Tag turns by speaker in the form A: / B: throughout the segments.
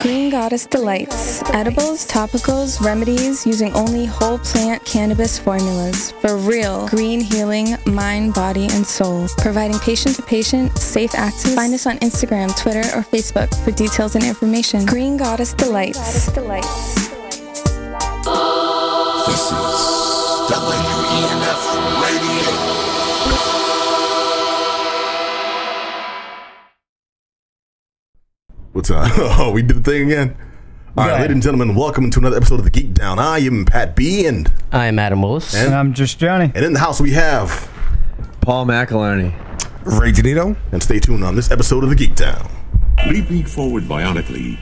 A: Green Goddess Delights edibles, topicals, remedies using only whole plant cannabis formulas for real green healing, mind, body, and soul. Providing patient to patient safe access. Find us on Instagram, Twitter, or Facebook for details and information. Green Goddess Delights.
B: This is WENF Radio.
C: What's up? Oh, we did the thing again. All right,
D: Yeah.
C: ladies and gentlemen, welcome to another episode of the Geek Down. I am Pat B, and
E: I'm Adam Willis.
D: And I'm just Johnny.
C: and in the house we have.
F: Paul McElherney.
G: Ray Janito.
C: And stay tuned on this episode of the Geek Down.
B: Leaping forward bionically.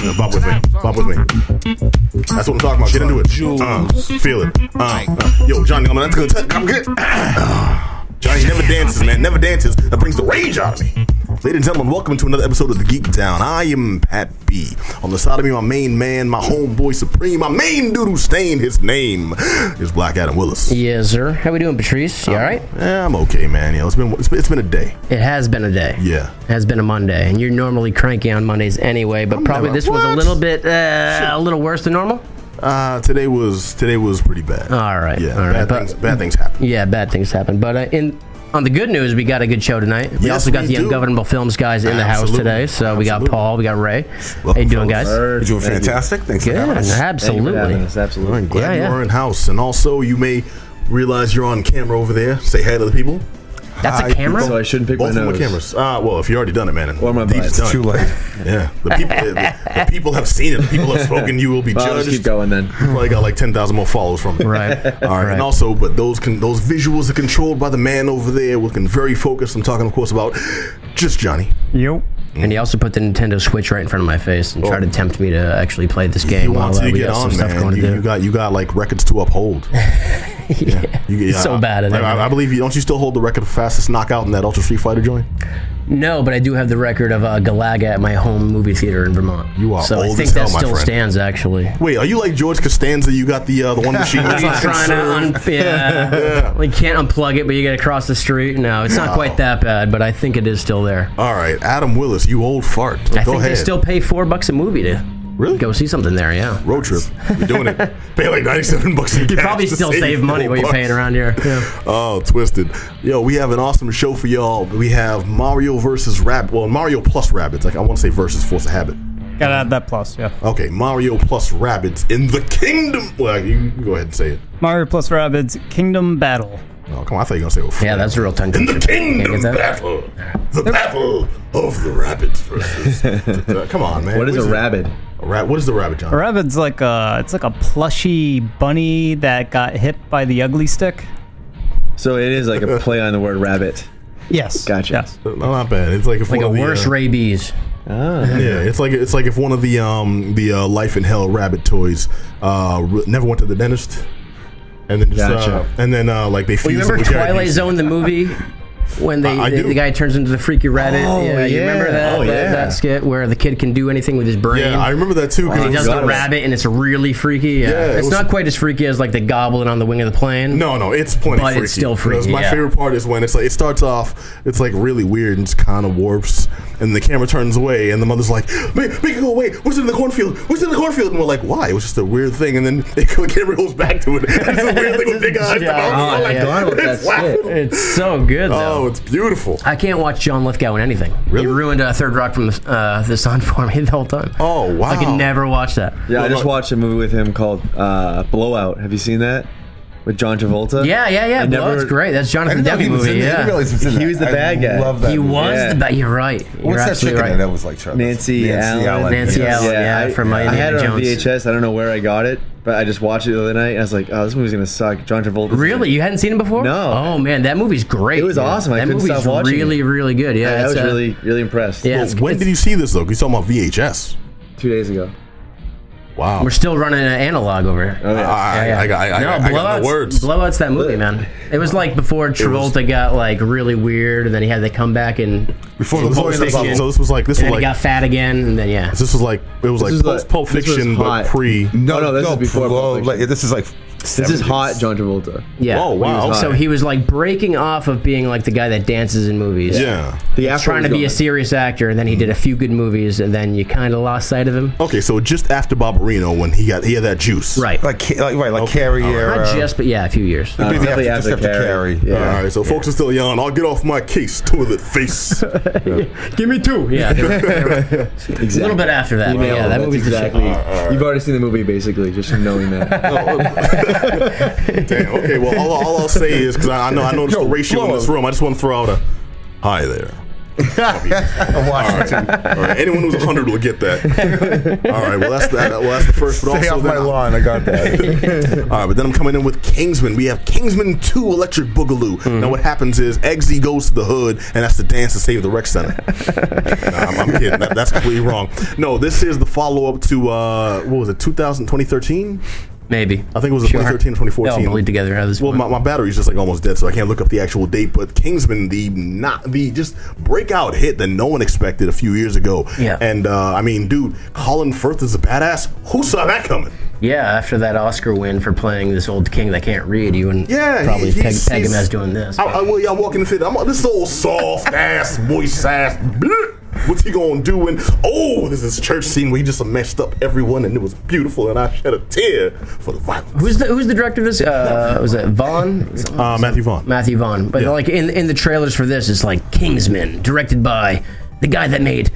C: Uh, bop with me, bop with me. That's what I'm talking about. Get into it. Uh, feel it. Uh, uh, yo, Johnny, I'm that's good. I'm good. Ah. Johnny never dances, man. Never dances. That brings the rage out of me. Ladies and gentlemen, welcome to another episode of the Geek Down. I am Pat B. On the side of me, my main man, my homeboy supreme, my main dude who stained his name is Black Adam Willis.
E: Yeah, sir. How we doing, Patrice?
C: Um,
E: You all right?
C: Yeah, I'm okay, man. You know, it's been it's been, it's been a day.
E: It has been a day.
C: Yeah.
E: It has been a Monday, and you're normally cranky on Mondays anyway, but probably
C: never-
E: this was a
C: What?
E: little bit, uh, a little worse than normal.
C: Uh, today was today was pretty bad.
E: All right,
C: Yeah,
E: all right,
C: bad
E: but-
C: things bad things happen.
E: Yeah, bad things happen, but uh, in on the good news, we got a good show tonight. We
C: Yes,
E: also got
C: we
E: the
C: do.
E: Ungovernable Films guys in the house
C: Absolutely.
E: today, so we got
C: Absolutely.
E: Paul, we got Ray. How
C: Welcome,
E: you doing,
C: fellas.
E: guys?
G: You're doing fantastic. Thanks for
E: Good,
G: having us.
E: absolutely.
C: I'm
F: Absolutely.
C: glad
E: Yeah,
C: you
E: yeah.
C: are in house, and also you may realize you're on camera over there. Say hi to the people.
E: That's
C: Hi,
E: a camera.
F: So I shouldn't pick
C: Both of
F: my
C: them are
F: nose.
C: cameras. Ah, well, if you already done it, man,
F: Or my
C: then you
F: bias.
C: just
G: It's
C: done
G: too
C: it.
G: late.
C: Yeah, the people, the, the people have seen it. The people have spoken. You will be
F: Well, I'll
C: judged.
F: just keep going then.
C: You probably got like ten thousand more followers from it.
E: Right.
C: All right. And
E: Right.
C: also, but those con- those visuals are controlled by the man over there. Looking very focused. I'm talking, of course, about just Johnny.
D: Yep.
E: And he also put the Nintendo Switch right in front of my face and tried to tempt me to actually play this game.
C: Oh. You want
E: while, uh,
C: to
E: we
C: get
E: got some
C: on,
E: stuff
C: man.
E: going to
C: You,
E: do.
C: you got you got like records to uphold. yeah. You, yeah,
E: So
C: I-
E: bad at
C: like, I,
E: everything.
C: I believe you. Don't you still hold the record for fastest knockout in that Ultra Street Fighter joint?
E: No, but I do have the record of uh, Galaga at my home movie theater in Vermont.
C: You are
E: so I
C: old
E: think
C: as
E: that
C: hell, my
E: still
C: friend.
E: stands actually.
C: Wait, are you like George Costanza? You got the uh, the one machine. that's not
E: Trying to
C: conserved?
E: un- yeah. Well, you can't unplug it, but you got to cross the street. No, it's not quite that bad, but I think it is still there.
C: All right, Adam Willis, you old fart.
E: I
C: Go
E: think
C: ahead.
E: they still pay four bucks a movie to
C: really
E: go see something there. Yeah,
C: road trip. We're doing it. Pay like ninety-seven bucks. You
E: probably still save money what you're paying around here. Yeah.
C: Oh, twisted. Yo, we have an awesome show for y'all. We have Mario versus Rabbit. Well, Mario plus Rabbits. Like I want to say versus Force of Habit.
D: Gotta add that plus, yeah.
C: Okay, Mario plus Rabbits in the kingdom. Well, you you go ahead and say it.
D: Mario plus Rabbids Kingdom Battle.
C: Oh, come on. I thought you were gonna say.
E: Yeah, that's a real tongue
C: In the
E: twister. Can't
C: kingdom
E: get that?
C: battle, the battle of the rabbits versus. uh, come on, man.
F: What is a
C: it?
F: rabbit?
C: A ra- what is the rabbit, John?
D: A rabbit's like a it's like a plushy bunny that got hit by the ugly stick.
F: So it is like a play on the word rabbit.
D: Yes.
F: Gotcha.
D: Yes.
C: No, not bad. It's like if
E: Like
C: one
E: a
C: of the,
E: worse
C: uh,
E: rabies.
C: Yeah, it's like it's like if one of the um the uh, life in hell rabbit toys uh re- never went to the dentist, and then just uh,
F: Gotcha.
C: and then uh like they.
E: Well, you
C: fused it
E: remember
C: with Gary
E: Twilight
C: Busey.
E: Zone, the movie? When they,
C: I- I
E: the,
C: do.
E: the guy turns into the freaky rabbit.
F: Oh,
E: yeah, You remember
F: yeah.
E: that,
F: Oh,
E: that,
F: yeah.
E: that skit where the kid can do anything with his brain?
C: Yeah, I remember that too. 'cause
E: he
C: it
E: does
C: was-
E: the rabbit and it's really freaky. Yeah,
C: Yeah, it
E: it's
C: was-
E: not quite as freaky as like the goblin on the wing of the plane.
C: No, no, it's plenty
E: But it's
C: freaky.
E: still freaky,
C: Because My
E: yeah.
C: favorite part is when it's like it starts off, it's like really weird and it's kind of warps, and the camera turns away, and the mother's like, "Make, make it go away! What's in the cornfield? What's in the cornfield?" And we're like, "Why?" It was just a weird thing, and then the camera goes back to it. It's a weird thing with big eyes.
E: Yeah.
C: Oh,
E: Oh,
C: my
E: yeah.
C: God,
F: That
C: it's
F: shit.
C: laughable.
E: it's so good though.
C: Oh, it's beautiful.
E: I can't watch John Lithgow in anything.
C: Really?
E: He ruined uh, Third Rock from the, uh, the Sun for me the whole time.
C: Oh wow!
E: I could never watch that.
F: Yeah, I just
C: look.
F: watched a movie with him called uh, Blowout. Have you seen that? With John Travolta?
E: Yeah, yeah, yeah.
F: I
E: Well,
F: never-
E: that's great. That's
G: I
E: Jonathan
G: didn't know
E: Debbie
G: he was
E: movie.
G: in there. I didn't
E: Yeah,
G: realize was in
F: He
G: there.
F: was the
G: I
F: bad guy.
G: Love that
E: he
G: movie.
E: was.
F: Yeah.
E: The, ba- you're right. You're
G: What's that
E: absolutely
G: chicken
E: right.
G: that was like Charlie?
F: Nancy Allen.
E: Nancy
G: yes.
E: Allen. yeah,
F: I,
E: from, uh,
F: I had it on
E: Indiana Jones.
F: VHS. I don't know where I got it, but I just watched it the other night and I was like, oh, this movie's going to suck. John Travolta.
E: Really, you hadn't seen it before?
F: No.
E: Oh man, that movie's great.
F: It was
E: dude.
F: awesome. I
E: That
F: couldn't
E: movie's
F: stop watching
E: really,
F: it.
E: really good. Yeah,
F: I
E: it's,
F: was
E: uh,
F: really, really impressed.
E: Yeah,
C: Well,
E: it's-
C: when
E: it's-
C: did you see this though? 'Cause You're talking about VHS.
F: Two days ago.
C: Wow.
E: We're still running an analog over here.
F: Oh, yeah.
C: I,
E: Yeah,
C: I, I,
E: yeah.
C: I, I,
E: no,
C: I, I got
E: blowouts,
C: no words.
E: blowouts that movie, man. It was like before Travolta got like really weird, and then he had to come back and,
C: Before the Pulp
E: Pulp
C: Fiction.
E: Fiction.
C: So this was like this
E: and then
C: was
E: he
C: like
E: got fat again, and then yeah.
C: this was like it was like
F: was
C: post
F: like-
C: Pulp
F: this was
C: Fiction but
F: hot.
C: pre.
F: Oh, no, this is before
G: below,
F: Pulp Fiction.
G: like, this is like
F: This is hot, John Travolta.
E: Yeah.
C: Whoa, wow,
E: He was- So
C: okay.
E: he was like breaking off of being like the guy that dances in movies.
C: Yeah.
F: The
E: He's
F: afro
E: trying to
F: was
E: be a
F: gone.
E: serious actor, and then he did a few good movies, and then you kind of lost sight of him.
C: Okay, so just after Barbarino, when he got he had that juice,
E: Right.
H: Like, ca- like right, like
C: Okay,
H: Carrier.
E: Not just, but yeah, a few years.
F: Uh,
H: Basically
F: definitely
H: have to-
F: after
H: just have to carry.
F: Yeah.
C: All right, so folks are still young. I'll get off my case, toilet face.
E: Give me two. Yeah. they were- they were- A
F: Exactly. Oh,
E: little bit after that.
F: You
E: but
F: nailed
E: yeah, that
F: it. That's
E: movie's the shit.
F: exactly. You've already seen the movie, basically, just from knowing that.
C: Damn. Okay. Well, all, all I'll say is because I, I know I noticed
H: Yo,
C: the ratio in
H: Flo.
C: this room. I just want to throw out a hi there.
H: I'm watching it.
C: All right, anyone who's 100 will get that. All right. Well, that's that. Well, that's the first. But
H: Stay
C: also then
H: off my lawn. I got that.
C: All right, but then I'm coming in with Kingsman. We have Kingsman 2 Electric Boogaloo.
E: Mm-hmm.
C: Now, what happens is Eggsy goes to the hood, and that's the dance to save the rec center. Nah, I'm, I'm kidding. That- that's completely wrong. No, this is the follow up to, uh, what was it, 2000, 2013?
E: Maybe.
C: I think it was 2013 or
E: They
C: 2014.
E: all bleed together. at this
C: Well,
E: point.
C: my, my battery's just like almost dead, so I can't look up the actual date. But Kingsman, the not the just breakout hit that no one expected a few years ago.
E: Yeah.
C: And uh, I mean, dude, Colin Firth is a badass. Who saw that coming?
E: Yeah, after that Oscar win for playing this old king that can't read, you wouldn't
C: Yeah,
E: probably
C: he-
E: peg,
C: he's-
E: peg him
C: he's-
E: as doing this.
C: I, I will. Y'all walk in the theater. I'm like, this old soft ass, moist ass. bleh. What's he gonna do? And oh, there's this church scene where he just meshed up everyone, and it was beautiful. And I shed a tear for the violence.
E: who's the Who's the director of this? Uh, was it Vaughn?
C: Uh, Matthew Vaughn.
E: Matthew Vaughn. But
C: Yeah.
E: like in in the trailers for this, it's like Kingsman, directed by. The guy that made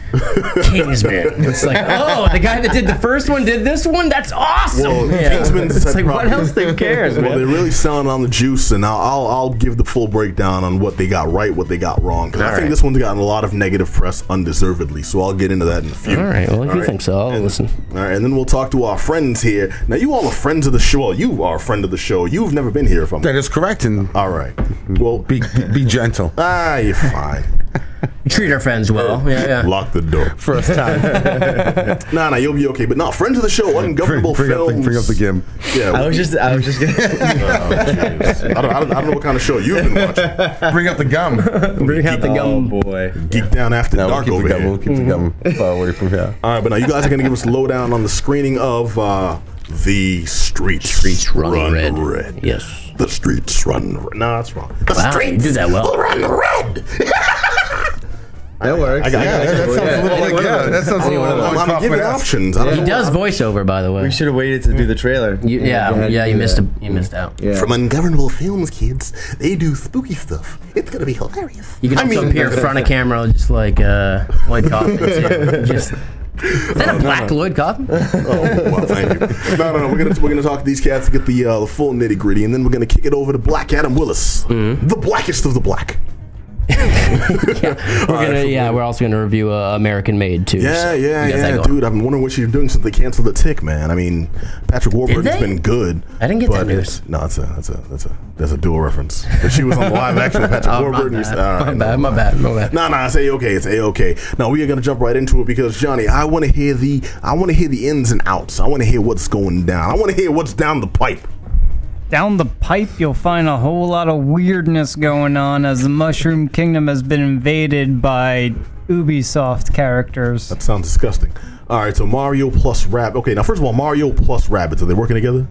E: Kingsman. It's like, oh, the guy that did the first one did this one. That's awesome.
C: Well,
E: Yeah.
C: Kingsman's
E: It's
C: had
E: like, what
C: problems.
E: else they cares,
C: Well, they're
E: man?
C: really selling on the juice, and I'll, I'll I'll give the full breakdown on what they got right, what they got wrong. Because I
E: All
C: think
E: right.
C: this one's gotten a lot of negative press undeservedly. So I'll get into that in a few.
E: All right. Well, if you think so, I'll
C: and,
E: listen.
C: All right, and then we'll talk to our friends here. Now, you all are friends of the show. Well, you are a friend of the show. You've never been here, if I'm
H: that is correct. And uh,
C: All right. Well,
H: be be gentle.
C: ah, you're fine.
E: Treat our friends well. Yeah, yeah.
C: Lock the door.
H: First time.
C: Nah, nah, you'll be okay. But no, friends of the show,
H: bring,
C: ungovernable
H: bring up
C: films.
H: the, bring up the gim.
C: Yeah. oh,
F: I was just, I was just gonna.
C: I, don't, I, don't, I don't know what kind of show you've been watching.
H: Bring up the gum.
E: Bring out the
F: oh
E: gum.
F: boy.
C: Geek down after
H: No, we'll
C: dark
H: keep the
C: over
H: gum.
C: here.
H: We'll keep the gum far away from here.
C: All right, but now you guys are going to give us lowdown on the screening of uh, the streets.
E: Streets run, red.
C: Yeah.
E: Yes.
C: The streets run. Red. No, that's wrong. The
E: Wow, you
C: streets
E: do that well.
C: Run red.
F: That works.
C: I got-
F: Yeah,
C: I got-
F: that
C: that
F: sounds a little
H: like- yeah, that sounds a little like
C: I'm, I'm
H: Kaufman
C: giving
H: ass.
C: options. I don't
E: He
C: know
E: does voiceover, by the way.
F: We should have waited to do the trailer.
E: You,
F: Go
E: yeah,
F: ahead
E: yeah,
F: and
E: you
F: do
E: missed a,
F: that.
E: you missed out.
F: Yeah.
C: From Ungovernable Films, kids, they do spooky stuff. It's gonna be hilarious.
E: You can also appear in front of camera just like uh, Lloyd Kaufman. too. just, is that a black Lloyd Kaufman?
C: Oh, well, thank you. No, no, no. We're gonna we're gonna talk to these cats to get the uh, the full nitty gritty, and then we're gonna kick it over to Black Adam Willis,
E: Mm-hmm.
C: the blackest of the black.
E: We're gonna, yeah, we're also gonna review uh, American Made too.
C: Yeah,
E: so
C: yeah,
E: we got that
C: yeah,
E: going.
C: dude. I've been wondering what she's doing since they canceled the Tick, man. I mean, Patrick Warburton's
E: they?
C: been good.
E: I didn't get
C: but
E: that news.
C: it's- No, that's a that's a that's a that's a dual reference. But she was on the live action with Patrick
E: Oh,
C: Warburton.
E: my,
C: You said-
E: bad.
C: all right,
E: my
C: no,
E: bad, my bad, my bad.
C: No, no, it's a okay. It's a okay. Now we are gonna jump right into it because Johnny, I want to hear the I want to hear the ins and outs. I want to hear what's going down. I want to hear what's down the pipe.
D: Down the pipe, you'll find a whole lot of weirdness going on as the Mushroom Kingdom has been invaded by Ubisoft characters.
C: That sounds disgusting. All right, so Mario plus Rabbit. Okay, now first of all, Mario plus Rabbits are they working together?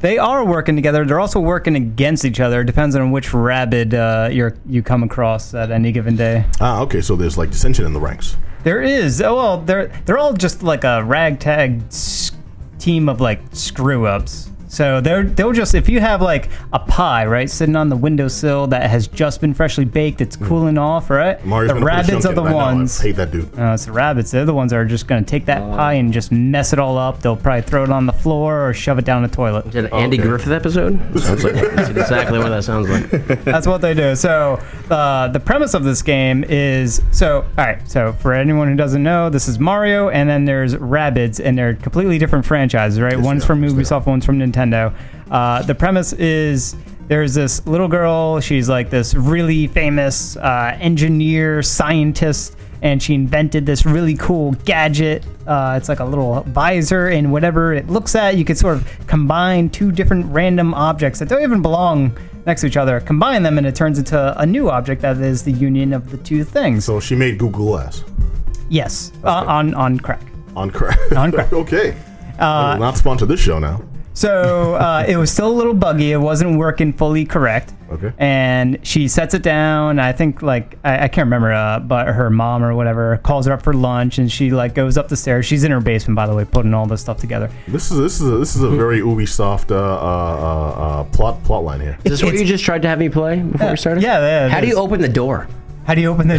D: They are working together. They're also working against each other. It depends on which rabid uh, you're, you come across at any given day.
C: Ah, okay, so there's like dissension in the ranks.
D: There is. Oh well, they're they're all just like a ragtag s- team of like screw ups. So they're they'll just if you have like a pie right sitting on the windowsill that has just been freshly baked, it's cooling off, right?
C: Hmm. Mario's
D: the
C: gonna put a
D: rabbits
C: chunk
D: are
C: in
D: the
C: it. I know, I
D: ones. Uh.
C: hate that dude.
D: No, it's the rabbits. They're the ones that are just gonna take that pie and just mess it all up. They'll probably throw it on the floor or shove it down the toilet.
E: Is it an Andy Griffith episode? Sounds like that's exactly what that sounds like.
D: That's what they do. So uh, the premise of this game is so. All right. So for anyone who doesn't know, this is Mario, and then there's Rabbids, and they're completely different franchises, right? one's
C: they are,
D: from
C: yes, they
D: Ubisoft, one's from Nintendo. Uh, the premise is there's this little girl. She's like this really famous uh, engineer scientist. And she invented this really cool gadget. Uh, it's like a little visor, and whatever it looks at, you could sort of combine two different random objects that don't even belong next to each other, combine them, and it turns into a new object that is the union of the two things.
C: So she made Google Glass
D: yes, uh, on on crack.
C: on crack.
D: On crack.
C: okay. Uh, not sponsor this show now.
D: So uh, it was still a little buggy. It wasn't working fully correct.
C: Okay.
D: And she sets it down. I think like I, I can't remember, uh, but her mom or whatever calls her up for lunch, and she like goes up the stairs. She's in her basement, by the way, putting all this stuff together.
C: This is this is a, this is a very Ubisoft uh, uh, uh, uh, plot plot line here.
E: Is this what you just tried to have me play before we started?
D: yeah, yeah, it
E: How do
D: is.
E: you open the door?
D: How do you open the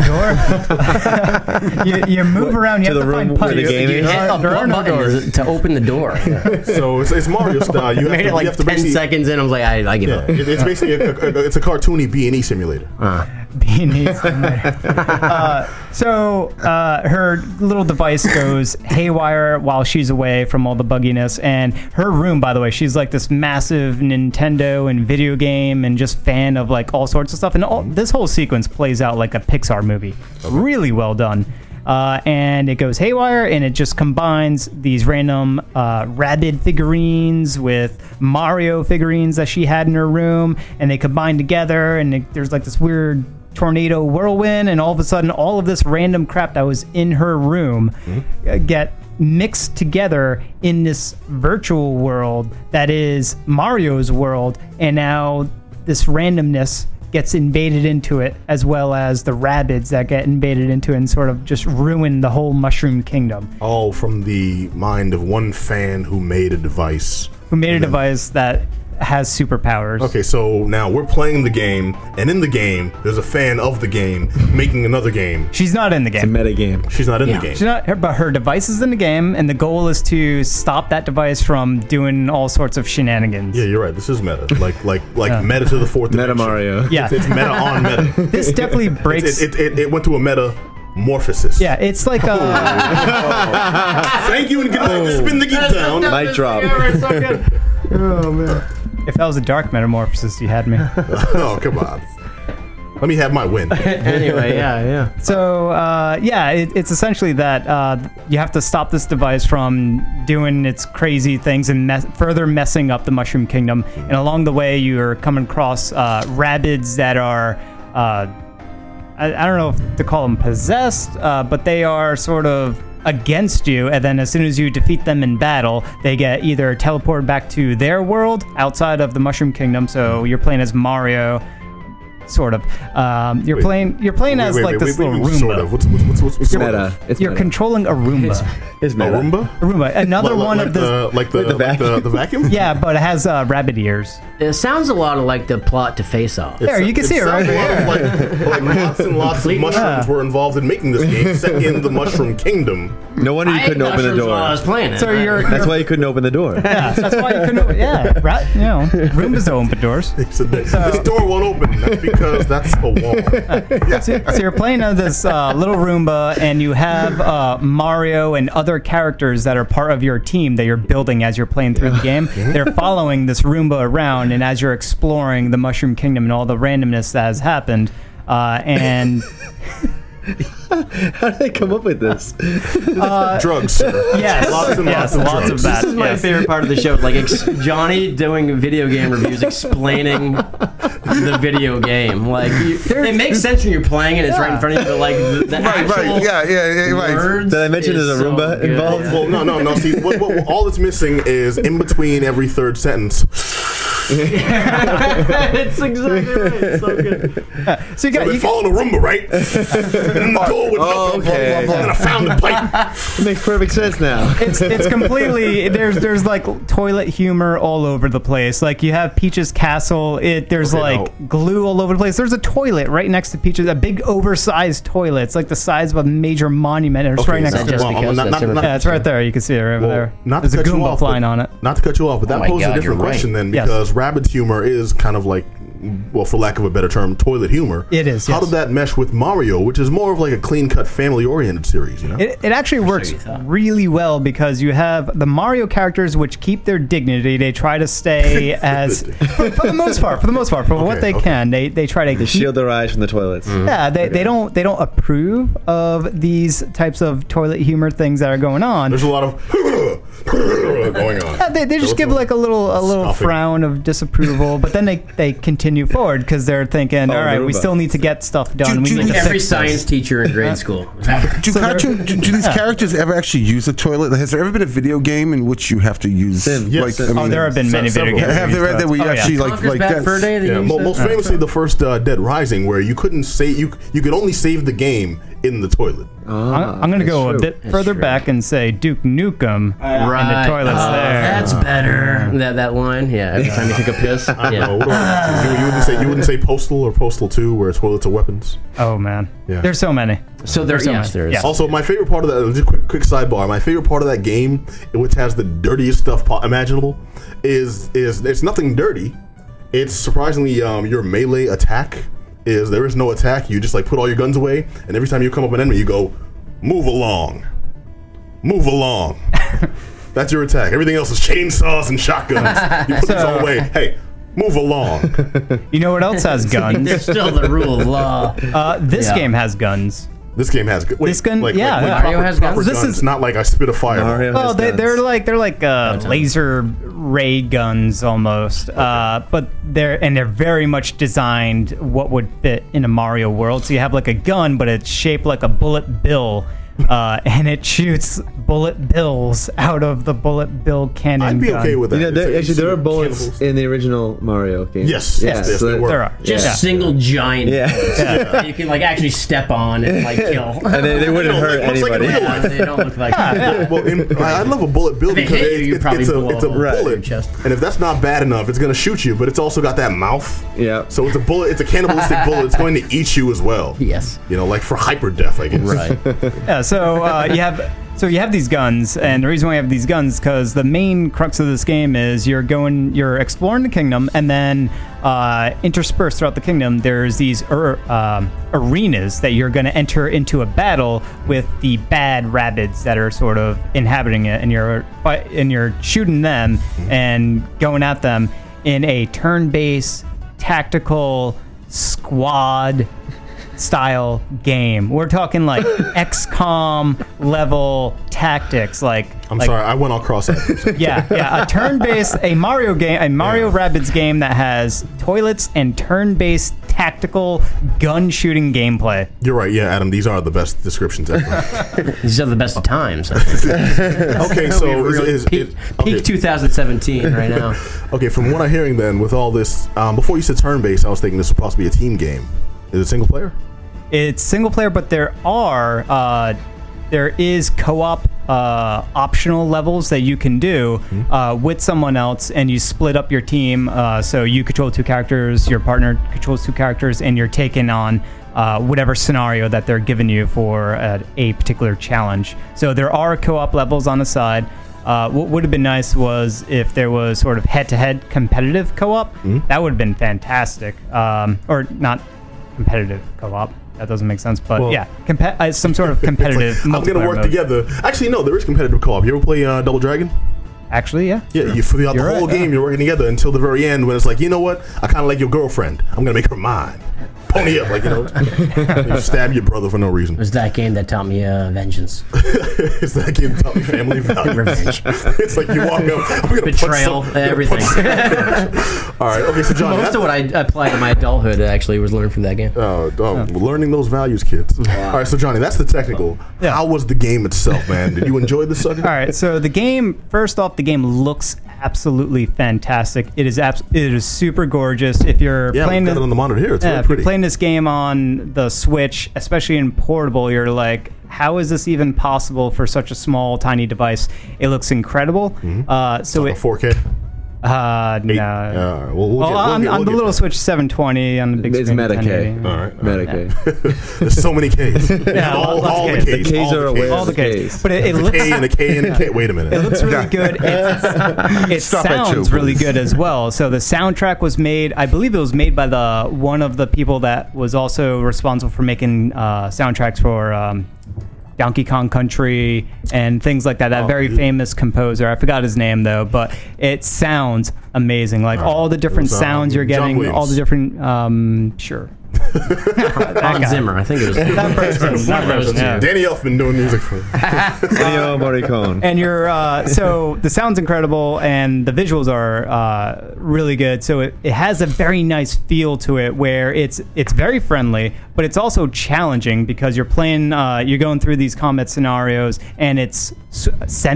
D: door? you, you move around. You
F: To
D: have
F: the
D: to find
F: room where the
D: putties.
F: game
D: There
F: is?
E: Hit
D: are-
E: a
D: there are
E: button
D: no doors.
E: to open the door.
C: So it's, it's Mario style. You have
E: made
C: to,
E: it like
C: you have to
E: 10
C: basically-
E: seconds in. I was like, I, I give
C: Yeah,
E: up.
C: it- it's basically a, a- a- it's a cartoony B and E simulator.
D: Uh. beanies. on there. uh, so uh, her little device goes haywire while she's away from all the bugginess. And her room, by the way, she's like this massive Nintendo and video game and just fan of like all sorts of stuff. And all, this whole sequence plays out like a Pixar movie. Really well done. Uh, and it goes haywire, and it just combines these random uh, rabid figurines with Mario figurines that she had in her room, and they combine together, and it, there's like this weird tornado whirlwind, and all of a sudden, all of this random crap that was in her room uh, get mixed together in this virtual world that is Mario's world, and now this randomness gets invaded into it, as well as the rabbits that get invaded into it and sort of just ruin the whole Mushroom Kingdom.
C: All from the mind of one fan who made a device.
D: Who made a device that has superpowers?
C: Okay, so now we're playing the game, and in the game, there's a fan of the game making another game.
D: She's not in the game.
F: Meta game.
C: She's not in
E: Yeah.
C: the game.
D: She's not, her- but her device is in the game, and the goal is to stop that device from doing all sorts of shenanigans.
C: yeah, you're right. This is meta. Like like like meta to the fourth.
F: Meta
C: dimension.
F: Mario.
D: Yeah.
C: It's meta on meta.
D: this definitely breaks.
C: It, it, it, it went to a meta morphosis.
D: yeah, it's like uh, a.
C: Thank you and good night. This has been the Geek Town.
D: Oh.
F: Mic drop.
D: if that was a dark metamorphosis, you had me.
C: Oh, come on. Let me have my win.
E: anyway, yeah, yeah.
D: So uh, yeah, it, it's essentially that uh, you have to stop this device from doing its crazy things and mess, further messing up the Mushroom Kingdom. And along the way, you're coming across uh, rabbits that are. Uh, I, I don't know if to call them possessed, uh, but they are sort of against you. And then as soon as you defeat them in battle, they get either teleported back to their world outside of the Mushroom Kingdom. So you're playing as Mario, sort of. Um, you're
C: Wait.
D: playing. You're playing as like this little Roomba.
C: Sort of. What's, what's, what's, what's, what's sort
F: Meta.
C: of?
F: It's
D: You're
F: meta.
D: controlling a Roomba.
F: It's
C: A
F: meta.
C: Roomba?
D: A Roomba. Another
C: Like- uh,
D: one
C: like
D: of the.
C: the like the,
F: With the
C: like the,
F: vacuum.
C: the vacuum.
D: yeah, but it has uh, rabbit ears.
E: It sounds a lot of like the plot to Face Off.
D: There, you can see it right
C: sounds a lot of Like, like lots and lots of
E: Complete-
C: mushrooms were involved in making this game set in the Mushroom Kingdom.
F: No wonder you
E: I
F: couldn't
E: ate
F: open the
E: mushrooms
F: door.
E: While I was playing it.
D: So you're.
F: That's
D: you're-
F: why you couldn't open the door.
D: yeah, that's why you couldn't. Yeah, right. You know, Roombas don't open doors.
C: So this, this door won't open. That's because that's a wall.
D: So, so you're playing on this uh, little Roomba, and you have uh, Mario and other characters that are part of your team that you're building as you're playing through the game. They're following this Roomba around, and as you're exploring the Mushroom Kingdom and all the randomness that has happened, uh, and.
F: How did they come up with this?
C: drugs, sir.
D: Yes,
C: Lots and lots
D: yes,
C: of drugs.
D: of that.
E: This is my
D: yes.
E: favorite part of the show. Like ex- Johnny doing video game reviews, explaining the video game. Like you, it makes sense when you're playing it; it's right in front of you. But like the, the
H: Right,
E: actual
H: right. Yeah, yeah, yeah, right.
E: words.
F: Did I mention
E: is
F: there's a
E: so
F: Roomba
E: good.
F: involved?
E: Yeah.
C: Well, no, no, no. See, what, what, all that's missing is in between every third sentence.
E: it's exactly right. It's so good.
D: So you got,
C: I've been
D: you got,
C: following a Roomba, right? and the door would
E: Oh,
C: open.
F: Oh, okay.
C: And then I found the pipe.
F: It makes perfect sense now.
D: it's it's completely there's there's like toilet humor all over the place. Like you have Peach's castle. It there's
C: Okay,
D: like glue all over the place. There's a toilet right next to Peach's, a big oversized toilet. It's like the size of a major monument. It's
C: Okay,
D: right next
C: so-
D: to.
E: just
C: well, I'm
E: because
C: not-
E: that's
C: not-
E: a-
C: not-
D: Yeah, it's right there. You can see it right over
C: Well,
D: there.
C: not to
D: there's a
C: cut you
D: Goomba
C: off,
D: flying
C: but,
D: on it.
C: Not to cut you off, but that
E: Oh my
C: poses
E: God,
C: a different
E: you're right.
C: question then,
D: Yes.
C: because rabbit's humor is kind of like, well, for lack of a better term, toilet humor.
D: It is,
C: How
D: yes.
C: did that mesh with Mario, which is more of like a clean-cut, family-oriented series? You know,
D: It, it actually works
E: you thought.
D: really well because you have the Mario characters, which keep their dignity. They try to stay as, for, for the most part, for the most part, for what
C: Okay,
D: they
C: okay.
D: can, they they try to
F: They
D: keep
F: shield their eyes from the toilets.
D: Yeah, they, they don't they don't approve of these types of toilet humor things that are going on.
C: there's a lot of going on.
D: Yeah, they, they just give like a little a little
C: Scoffing.
D: frown of disapproval, but then they, they continue forward because they're thinking, all right, we
F: robots.
D: still need to get stuff done. we
E: Like
D: need to
E: every
D: fix this."
E: science teacher in grade school.
H: Do, cartoon, do, do these characters ever actually use a toilet? Has there ever been a video game in which you have to use?
C: Yes.
H: I
C: Oh,
D: Oh, there have been
C: Se-
D: many video
C: several.
D: games.
H: Have they read that we
D: Oh, yeah.
H: actually like
E: Conker's
H: like
E: Bad
H: that's-
E: Fur Day, they
C: Yeah,
E: use
C: mo-
E: that?
C: most famously the first uh, Dead Rising, where you couldn't save you you could only save the game in the toilet.
D: I'm, I'm going to go a
F: true.
D: bit further
E: Uh, true.
D: back and say Duke Nukem and the toilets
E: Oh,
D: there.
E: That's better. That that line. Yeah. Every time you take a piss.
C: I don't know. Uh,
E: Yeah.
C: what do I- you, you wouldn't say you wouldn't say Postal or Postal Two, where toilets are weapons.
D: oh man,
C: Yeah.
D: there's so many.
E: So there,
D: so
E: yes,
D: much.
E: there is.
D: Yeah.
C: Also, my favorite part of that, just quick, quick sidebar, my favorite part of that game, which has the dirtiest stuff po- imaginable, is is it's nothing dirty. It's surprisingly um, your melee attack is there is no attack. You just like put all your guns away, and every time you come up an enemy, you go, move along, move along. That's your attack. Everything else is chainsaws and shotguns. You put these all away. Hey, move along.
D: You know what else has
E: There's
D: guns?
E: still the rule of law.
D: Uh, this
E: Yeah.
D: game has guns.
C: This game has good.
D: This gun- yeah, yeah.
E: Mario has guns?
C: This
E: This
C: is
D: is-
C: not like I spit a fire.
F: Mario
D: Well,
F: has
D: they,
F: guns.
D: they're like they're like uh, laser ray guns almost, uh, but they're and they're very much designed what would fit in a Mario world. So you have like a gun, but it's shaped like a bullet bill, uh, and it shoots bullet bills out of the bullet bill cannon.
C: I'd be
D: gun.
C: okay with that.
F: You know,
C: It's
F: there,
C: like-
F: actually, there are
C: Cannibals.
F: bullets in the original Mario game.
C: Yes,
F: Yeah,
C: yes, yes,
F: so
C: they
F: that-
C: were.
D: There are.
E: Just
D: Yeah.
E: single giant.
F: Yeah.
E: that You can like actually step on and like kill.
F: and they, they wouldn't
C: You know,
F: hurt
C: like, much like in real
F: anybody.
C: life.
E: yeah, they don't look like.
C: well, in, I I love a bullet bill
E: If it
C: because
E: hit you,
C: it's,
E: you
C: it's,
E: probably
C: it's a,
E: blow
C: it's a
E: a hole in your
C: bullet,
E: chest.
C: and if that's not bad enough, it's gonna shoot you. But it's also got that mouth.
F: Yeah.
C: So it's a bullet. It's a cannibalistic bullet. It's going to eat you as well.
E: Yes.
C: You know, like for hyper death, I guess.
E: Right.
D: Yeah, so uh, you have so you have these guns, and the reason why you have these guns because the main crux of this game is you're going, you're exploring the kingdom, and then uh, interspersed throughout the kingdom, there's these er, um, arenas that you're going to enter into a battle with the bad rabbits that are sort of inhabiting it, and you're fi- and you're shooting them and going at them in a turn-based tactical squad style game. We're talking like XCOM level tactics, like
C: I'm
D: like,
C: sorry, I went all cross eyed.
D: Yeah, yeah, a turn-based, a Mario game, a Mario Rabbids game that has toilets and turn-based tactical gun shooting gameplay.
C: You're right. Yeah, Adam, these are the best descriptions ever.
E: These are the best of times. I think.
C: okay, so
E: We've
C: is,
E: really
C: is,
E: peak,
C: it-
E: peak
C: okay,
E: 2017 right now.
C: okay, from what I'm hearing, then with all this, um, before you said turn based, I was thinking this would possibly be a team game. Is it single player?
D: It's single player, but there are uh, there is co-op uh, optional levels that you can do uh, with someone else, and you split up your team. Uh, so you control two characters, your partner controls two characters, and you're taking on uh, whatever scenario that they're giving you for uh, a particular challenge. So there are co-op levels on the side. Uh, what would have been nice was if there was sort of head-to-head competitive co-op. That would have been fantastic, um, or not competitive co-op. That doesn't make sense, but yeah, compe- uh, some sort of competitive.
C: I'm gonna
D: multiplayer
C: work
D: mode.
C: together. Actually, no, there is competitive co-op. You ever play uh, Double Dragon?
D: Actually, yeah.
C: Yeah, you, throughout the
D: You're
C: whole
D: right,
C: game,
D: yeah.
C: you're working together until the very end when it's like, you know what? I kind of like your girlfriend. I'm going to make her mine. Pony up, like, you know, you stab your brother for no reason.
E: It was that game that taught me uh, vengeance,
C: It's that game taught me family values.
E: revenge,
C: it's like you walk up, I'm going to
E: betrayal, everything.
C: All right, okay, so John,
E: Most
C: that's,
E: of what I applied to my adulthood actually was learned from that game.
C: Oh, oh, learning those values, kids. All right, so Johnny, that's the technical.
D: Yeah.
C: How was the game itself, man? Did you enjoy the sucker?
D: All right. So the game, first off, the game looks absolutely fantastic. It is abs- it is super gorgeous. If you're
C: Yeah, we
D: playing
C: got
D: the-
C: it on the monitor here. It's
D: Yeah,
C: really
D: if you're
C: pretty.
D: playing this game on the Switch, especially in portable, you're like, how is this even possible for such a small, tiny device? It looks incredible.
C: Mm-hmm.
D: Uh, so
C: A
D: it,
C: 4K.
D: uh, no.
C: Eight. All right, we'll, we'll
D: well,
C: get, we'll
D: on,
C: get-
D: on
C: we'll
D: Oh, the
C: get
D: little
C: there.
D: Switch 720 on the big
F: It's
D: screen. 1080.
F: Medicaid.
C: right, all
F: Medicaid.
C: There's so many Ks.
D: Yeah,
C: all,
D: lots of
C: all the
D: Ks. The
C: Ks.
F: Ks
C: all
F: are
C: the
F: aware.
D: All the case,
F: Ks.
D: but it, it
C: A
D: looks
C: K and a K and a K. Wait a minute.
D: It looks really good. It's, it
H: Stop that
D: sounds
H: joke,
D: really
H: please.
D: good as well. So the soundtrack was made. I believe it was made by the one of the people that was also responsible for making uh, soundtracks for um, Donkey Kong Country and things like that. That very famous composer. I forgot his name though, but it sounds amazing. Like all the different
C: was, um,
D: uh, sounds you're
C: John
D: getting, all
C: Williams.
D: the different. Um, sure.
E: Hans Zimmer, I think it was.
D: That person. That person. Yeah.
C: Danny Elfman doing music for
F: Ennio Morricone.
D: and you're uh, so the sound's incredible and the visuals are uh, really good so it, it has a very nice feel to it where it's it's very friendly but it's also challenging because you're playing uh, you're going through these combat scenarios and it's s-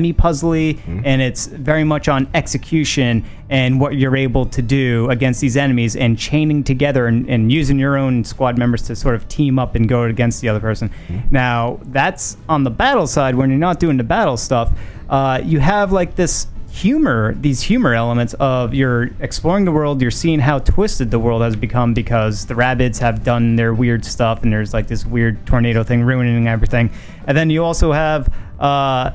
D: semi-puzzly and it's very much on execution and what you're able to do against these enemies and chaining together and, and using your own squad members to sort of team up and go against the other person. Now, that's on the battle side when you're not doing the battle stuff. Uh, you have like this humor, these humor elements of you're exploring the world, you're seeing how twisted the world has become because the rabbits have done their weird stuff and there's like this weird tornado thing ruining everything. And then you also have. Uh,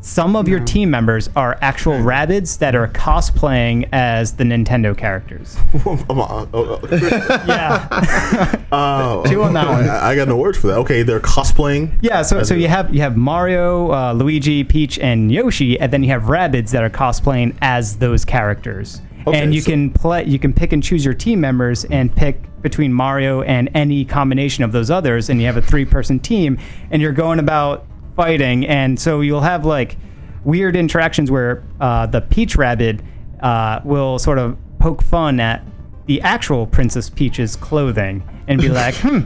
D: some of your team members are actual rabbits that are cosplaying as the Nintendo characters.
C: uh,
D: yeah,
C: Oh,
D: two on that one.
C: I I got no words for that. Okay, they're cosplaying.
D: Yeah, so, so you have you have Mario, uh, Luigi, Peach, and Yoshi, and then you have rabbits that are cosplaying as those characters.
C: Okay,
D: and you
C: so-
D: can play, you can pick and choose your team members and pick between Mario and any combination of those others, and you have a three-person team, and you're going about fighting, and so you'll have like weird interactions where uh, the Peach rabbit uh, will sort of poke fun at the actual Princess Peach's clothing and be like, hmm,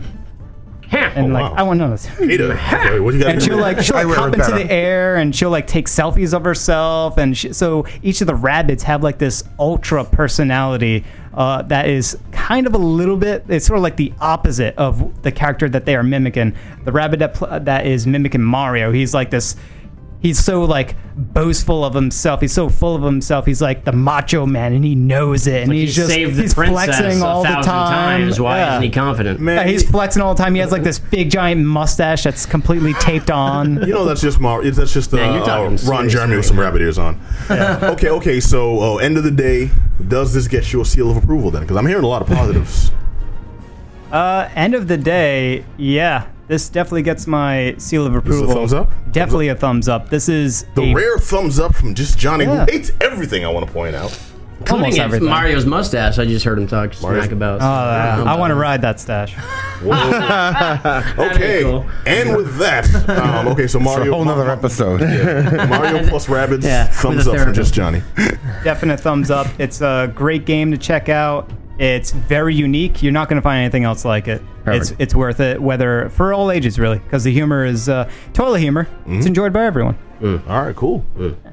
D: and like
C: oh, wow.
D: I want to know this.
C: Peter, okay, what do you got?
D: and she'll like she'll
H: I
D: like,
H: wear
D: hop
H: it
D: into
H: better.
D: the air and she'll like take selfies of herself and she, so each of the rabbits have like this ultra personality uh, that is kind of a little bit it's sort of like the opposite of the character that they are mimicking the rabbit that, pl- that is mimicking mario he's like this he's so like boastful of himself he's so full of himself he's like the macho man and he knows it and
E: Like,
D: he's
E: he
D: just
E: saved the
D: he's
E: princess
D: flexing
E: a
D: all the
E: thousand
D: time
E: times. Why
D: Yeah.
E: isn't he confident?
C: man,
D: Yeah, he's flexing all the time. He has like this big giant mustache that's completely taped on.
C: You know that's just Mar- it's- that's just uh,
E: Yeah, you're talking
C: uh, Ron
E: serious
C: Jeremy with some rabbit ears on. okay, okay. So uh, end of the day, does this get you a seal of approval then? Because I'm hearing a lot of positives.
D: Uh, end of the day, yeah, this definitely gets my seal of
C: is a
D: approval.
C: thumbs up?
D: Definitely a thumbs up. This is
C: The
D: a-
C: rare thumbs up from just Johnny,
D: Yeah.
C: who hates everything. I want to point out.
E: Including
D: almost
E: it's
D: everything.
E: Mario's mustache. I just heard him talk smack about. Um,
D: Uh, I want to ride that stash.
C: Okay,
E: cool.
C: and with that, um, okay. So
H: It's
C: Mario,
H: a whole nother episode.
C: Mario plus rabbits,
E: Yeah,
C: thumbs
E: with a
C: up from
E: therapist.
C: just Johnny.
D: Definite thumbs up. It's a great game to check out. It's very unique. You're not going to find anything else like it. It's
F: Perfect.
D: it's worth it, whether for all ages really, because the humor is uh, toilet humor. It's
C: Mm-hmm.
D: enjoyed by everyone.
C: All right, cool.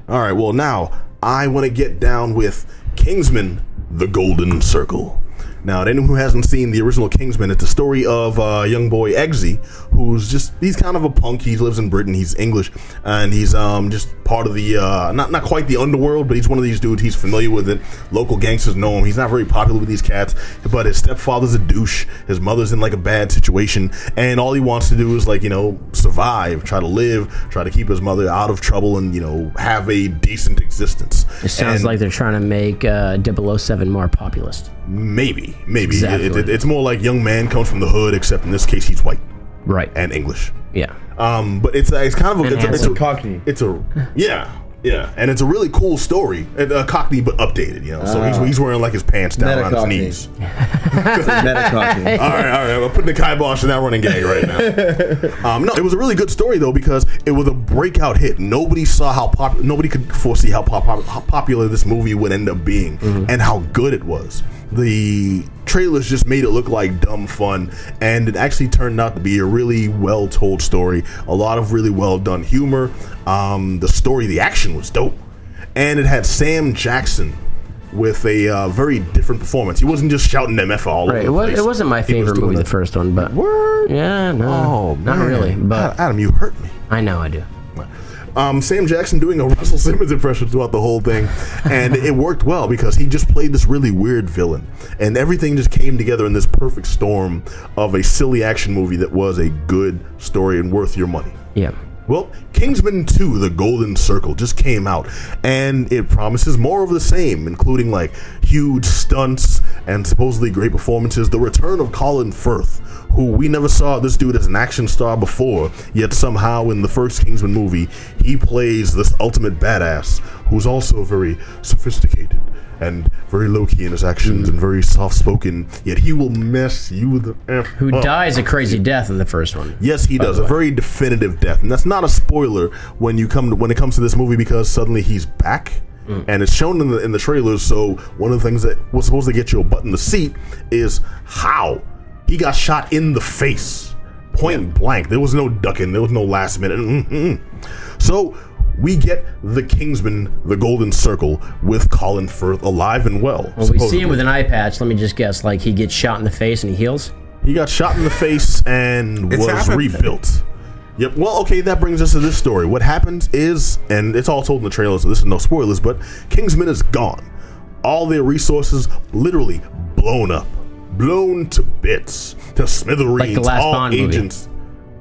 C: All right, well, now I want to get down with Kingsman The Golden Circle. Now, to anyone who hasn't seen the original Kingsman, it's the story of uh, young boy Eggsy, who's just, he's kind of a punk. He lives in Britain, he's English, and he's um, just part of the, uh, not, not quite the underworld, but he's one of these dudes, he's familiar with it. Local gangsters know him. He's not very popular with these cats, but his stepfather's a douche. His mother's in like a bad situation, and all he wants to do is like, you know, survive, try to live, try to keep his mother out of trouble, and, you know, have a decent existence.
E: It sounds like they're trying to make uh, 007 more populist.
C: Maybe, maybe.
E: Exactly.
C: It- it- it's more like young man comes from the hood, except in this case, he's white
E: Right.
C: and English.
E: yeah.
C: Um, but it's it's kind of a, it's a, it's a
E: handsome.
F: Cockney.
C: It's a yeah. Yeah, and it's a really cool story. A uh, cockney, but updated, you know. So he's, he's wearing like his pants down
F: Ah. Meta
C: around his
F: Cockney.
C: knees.
F: Meta Cockney.
C: all right, all right. I'm putting the kibosh in that running gag right now. Um, no, it was a really good story though because it was a breakout hit. Nobody saw how pop. Nobody could foresee how, pop- pop- how popular this movie would end up being
E: Mm-hmm.
C: and how good it was. The trailers just made it look like dumb fun, and it actually turned out to be a really well told story. A lot of really well done humor. Um, the story, the action was dope, and it had Sam Jackson with a uh, very different performance. He wasn't just shouting MF all
E: Right.
C: over
E: It,
C: the
E: was,
C: place.
E: it wasn't my
C: He was
E: favorite
C: doing
E: movie, the
C: that.
E: first one, but. Yeah, no.
I: Oh,
E: not
C: Oh, man.
E: really, but
C: Adam, you hurt me.
E: I know I do.
C: Um, Sam Jackson doing a Russell Simmons impression throughout the whole thing, and it worked well because he just played this really weird villain, and everything just came together in this perfect storm of a silly action movie that was a good story and worth your money.
E: Yeah.
C: Well, Kingsman 2, The Golden Circle, just came out, and it promises more of the same, including like huge stunts and supposedly great performances. The return of Colin Firth, who we never saw this dude as an action star before, yet somehow in the first Kingsman movie, he plays this ultimate badass who's also very sophisticated and very low key in his actions and very soft spoken. Yet he will mess you the f
E: Who
C: up.
E: dies a crazy death in the first one?
C: Yes, he does. A very definitive death, and that's not a spoiler when you come to, when it comes to this movie because suddenly he's back,
E: Mm.
C: and it's shown in the in the trailers. So one of the things that was supposed to get you a butt in the seat is how he got shot in the face, point blank. There was no ducking. There was no last minute. Mm-mm-mm. So we get the Kingsman, the Golden Circle, with Colin Firth alive and well.
E: Well, we see him
C: supposedly.
E: with an eye patch. Let me just guess. Like he gets shot in the face and he heals.
C: He got shot in the face and
I: It's
C: was
I: happened.
C: rebuilt. Yep. Well, okay, that brings us to this story. What happens is, and it's all told in the trailer, so this is no spoilers, but Kingsman is gone. All their resources literally blown up, blown to bits, to smithereens.
E: the last
C: all
E: Bond movie.
C: agents,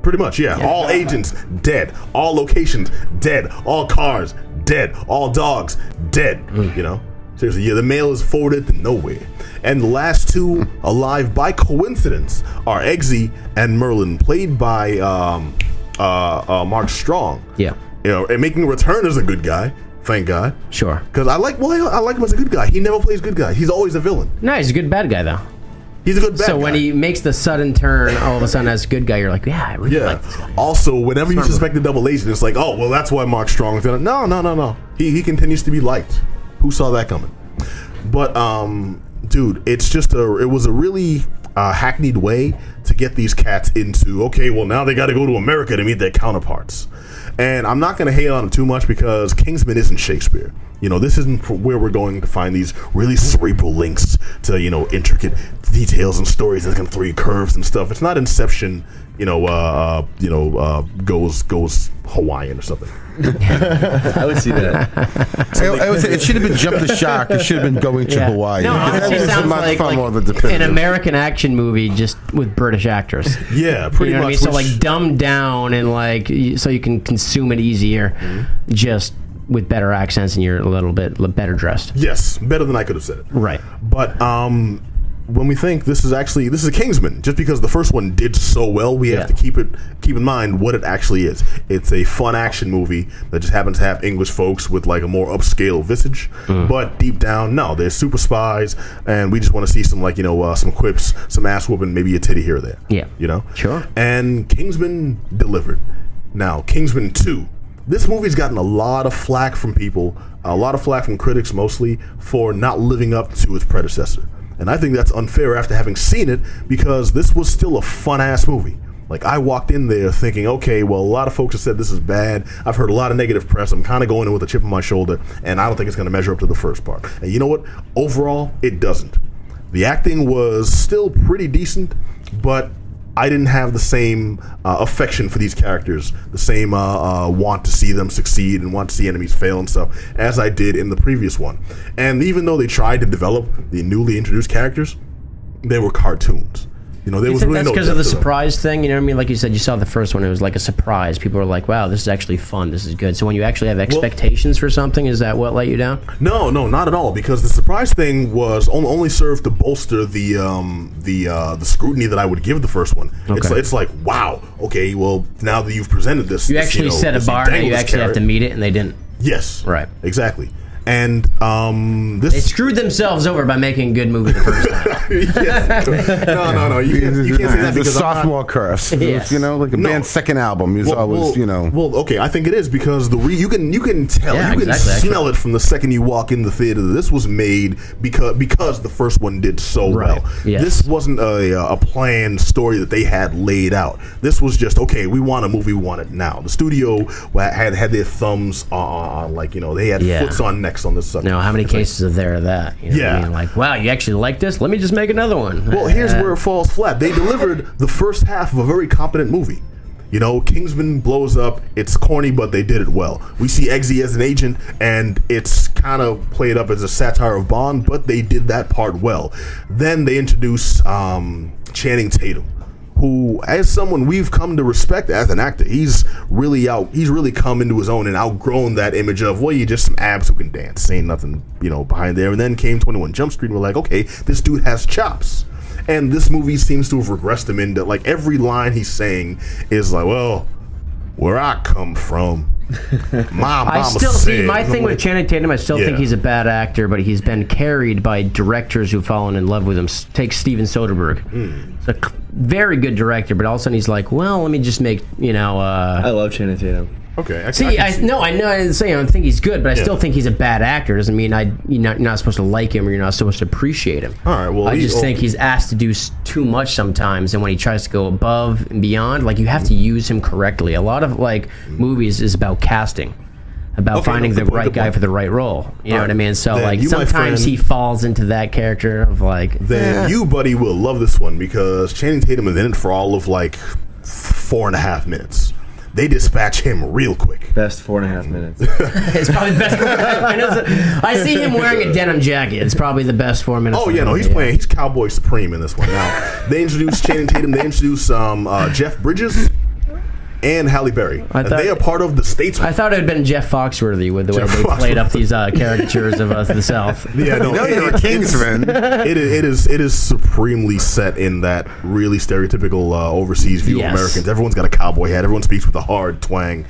C: pretty much, yeah. All agents dead. All locations dead. All cars dead. All dogs dead.
E: Mm.
C: You know, seriously, yeah. The mail is forwarded to nowhere, and the last two alive by coincidence are Eggsy and Merlin, played by um, uh, uh, Mark Strong.
E: Yeah.
C: you know, and making a return as a good guy. Thank God.
E: Sure.
C: Because I like, well, I, I like him as a good guy. He never plays good guy. He's always a villain.
E: No, he's a good bad guy though.
C: He's a good bad
E: so
C: guy.
E: when he makes the sudden turn, all of a sudden as a good guy, you're like, yeah, I really
C: Yeah.
E: like this guy.
C: Also, whenever you
E: Smart
C: suspect a double agent, it's like, oh, well, that's why Mark Strong. is in it. No, no, no, no. He he continues to be liked. Who saw that coming? But um, dude, it's just a. It was a really uh, hackneyed way to get these cats into. Okay, well now they got to go to America to meet their counterparts. And I'm not going to hate on them too much because Kingsman isn't Shakespeare. You know, this isn't where we're going to find these really cerebral links to, you know, intricate details and stories that can throw you curves and stuff. It's not Inception, you know, uh, you know, uh, goes goes Hawaiian or something.
F: I would see that.
I: I, I would say it should have been Jump the Shark. It should have been Going to
E: Yeah.
I: Hawaii.
E: No,
I: That
E: honestly,
I: was a
E: sounds
I: much
E: like,
I: far more
E: like
I: definitive.
E: an American action movie just with British actors.
C: Yeah, pretty
E: you know what
C: much.
E: I mean? So
C: which-
E: like dumbed down and like y- so you can consume it easier,
C: Mm-hmm.
E: just with better accents and you're a little bit li- better dressed.
C: yes, better than I could have said it.
E: Right.
C: But um, when we think this is actually this is a Kingsman, just because the first one did so well, we have to
E: Yeah.
C: keep it keep in mind what it actually is. It's a fun action movie that just happens to have English folks with like a more upscale visage,
E: Mm.
C: but deep down, no, they're super spies, and we just want to see some like you know uh, some quips, some ass whooping, maybe a titty here or there.
E: Yeah.
C: you know,
E: Sure.
C: And Kingsman delivered. Now, Kingsman 2. This movie's gotten a lot of flack from people, a lot of flack from critics mostly, for not living up to its predecessor. And I think that's unfair after having seen it because this was still a fun ass movie. Like, I walked in there thinking, okay, well, a lot of folks have said this is bad. I've heard a lot of negative press. I'm kind of going in with a chip on my shoulder, and I don't think it's going to measure up to the first part. And you know what? Overall, it doesn't. The acting was still pretty decent, but I didn't have the same uh, affection for these characters, the same uh, uh, want to see them succeed and want to see enemies fail and stuff as I did in the previous one. And even though they tried to develop the newly introduced characters, they were cartoons. You know, there was
E: Isn't
C: really
E: that's
C: no
E: because of the
C: depth to them.
E: surprise thing. You know what I mean? Like you said, you saw the first one; it was like a surprise. People were like, "Wow, this is actually fun. This is good." So when you actually have expectations for something, is that what let you down?
C: No, no, not at all. Because the surprise thing was only, only served to bolster the um, the uh, the scrutiny that I would give the first one. It's,
E: Okay.
C: it's like wow, okay, well now that you've presented this,
E: You
C: this,
E: actually
C: know,
E: set a
C: this
E: bar, and you
C: dangles
E: actually have
C: carrot-
E: to meet it, and they didn't.
C: Yes,
E: Right.
C: exactly. And um,
E: They
C: this
E: screwed themselves over by making a good movie the first time.
C: Yes. no, no, no. You can't, you can't say that
I: the
C: because I'm not-
I: sophomore curse.
E: Yes.
I: You know, like a
C: No.
I: band's second album is always, you know.
C: Well, okay, I think it is because the re- you can you can tell
E: Yeah,
C: you can
E: exactly, actually.
C: smell it from the second you walk in the theater. that This was made because because the first one did so
E: Right,
C: well.
E: yes.
C: This wasn't a uh, a planned story that they had laid out. This was just okay. We want a movie. We want it now. The studio wa- had had their thumbs on, on like you know they had
E: Yeah.
C: foots on necks on this subject.
E: Now, how many cases are there of that? You know what I
C: Yeah.
E: mean? Like, wow, you actually like this? Let me just make another one.
C: Well, here's where it falls flat. They delivered the first half of a very competent movie. You know, Kingsman blows up. It's corny, but they did it well. We see Eggsy as an agent, and it's kind of played up as a satire of Bond, but they did that part well. Then they introduce um, Channing Tatum, who, as someone we've come to respect as an actor, he's really out. He's really come into his own and outgrown that image of well, you just some abs who can dance, ain't nothing, you know, behind there. And then came Twenty One Jump Street, and we're like, okay, this dude has chops. And this movie seems to have regressed him into like every line he's saying is like, well, where I come from, My mama
E: I still see
C: said-
E: my thing with Channing Tatum. I still think
C: Yeah.
E: he's a bad actor, but he's been carried by directors who've fallen in love with him. S- Take Steven Soderbergh,
C: Hmm.
E: he's a c- very good director, but all of a sudden he's like, "Well, let me just make you know."
F: I
E: Uh,
F: love Channing Tatum.
C: Okay, I,
E: see,
C: I,
E: I, no, I know. I didn't say I don't think he's good, but I still think he's a bad actor. Doesn't mean I you're not, you're not supposed to like him or you're not supposed to appreciate him.
C: All right, well,
E: I
C: he-
E: just
C: oh.
E: think he's asked to do s- too much sometimes, and when he tries to go above and beyond, like you have to use him correctly. A lot of like movies is about casting, about
C: Okay,
E: finding
C: no,
E: the
C: good point,
E: right
C: good
E: guy
C: point.
E: for the right role. You know
C: All
E: what I
C: right,
E: mean? So
C: then
E: like
C: you, my
E: sometimes
C: friend-
E: he falls into that character of like.
C: then you, buddy, will love this one because Channing Tatum is in it for all of like four and a half minutes. They dispatch him real quick.
F: Best four and a half minutes.
E: It's probably the best. I, know it's- I see him wearing a denim jacket. It's probably the best four minutes.
C: Oh
E: of the
C: yeah, no,
E: movie,
C: he's playing. He's Cowboy Supreme in this one. Now they introduce Channing Tatum. They introduce um, uh, Jeff Bridges and Halle Berry. And
E: thought-
C: they are part of the states.
E: I thought it had been Jeff Foxworthy with the way
C: Jeff
E: they played up
C: Foxworthy.
E: these uh, caricatures of us the South.
C: yeah, no,
I: No,
C: it-
I: you're a
C: it's-
I: Kingsman.
C: It is, it is it is supremely set in that really stereotypical uh, overseas view
E: Yes.
C: of Americans. Everyone's got a cowboy hat. Everyone speaks with a hard twang,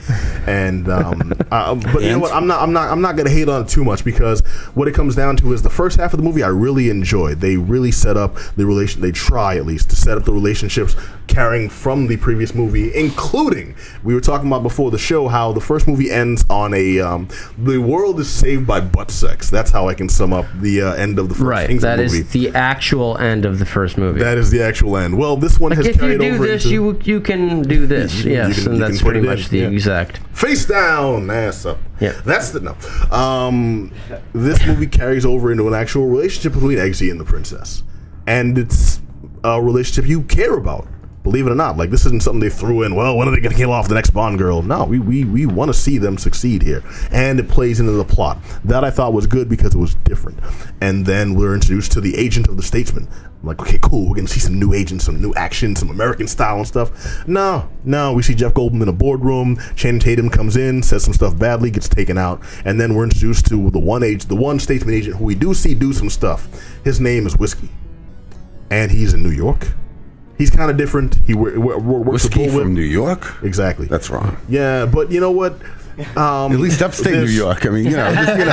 C: and um, uh, but you know what? I'm not I'm not I'm not gonna hate on it too much because what it comes down to is the first half of the movie I really enjoyed. They really set up the relation. They try at least to set up the relationships carrying from the previous movie, including we were talking about before the show how the first movie ends on a um, the world is saved by butt sex. That's how I can sum up the uh, end of the first
E: Right,
C: Kingsman
E: that is
C: movie.
E: the actual end of the first movie.
C: That is the actual end. Well, this one has
E: if you
C: carried
E: do
C: over
E: this,
C: into
E: you you can do this.
C: You- you
E: yes,
C: can-
E: and
C: you
E: that's
C: can put
E: pretty
C: it
E: much
C: in,
E: the
C: yeah.
E: exact.
C: face down, ass up.
E: Yeah.
C: that's the no. Um, this movie carries over into an actual relationship between Eggsy and the princess, and it's a relationship you care about. Believe it or not, like this isn't something they threw in. Well, when are they going to kill off the next Bond girl? No, we we, we want to see them succeed here, and it plays into the plot that I thought was good because it was different. And then we're introduced to the agent of the Statesman. I'm like, okay, cool, we're going to see some new agents, some new action, some American style and stuff. No, no, we see Jeff Goldblum in a boardroom. Channing Tatum comes in, says some stuff badly, gets taken out, and then we're introduced to the one age, the one Statesman agent who we do see do some stuff. His name is Whiskey, and he's in New York. He's kind of different. He wor- wor- wor- works a
I: Whiskey
C: bullwhip.
I: from New York.
C: exactly.
I: That's wrong.
C: yeah, but you know what? Um,
I: At least upstate New
C: there's-
I: York. I mean, you know, just, you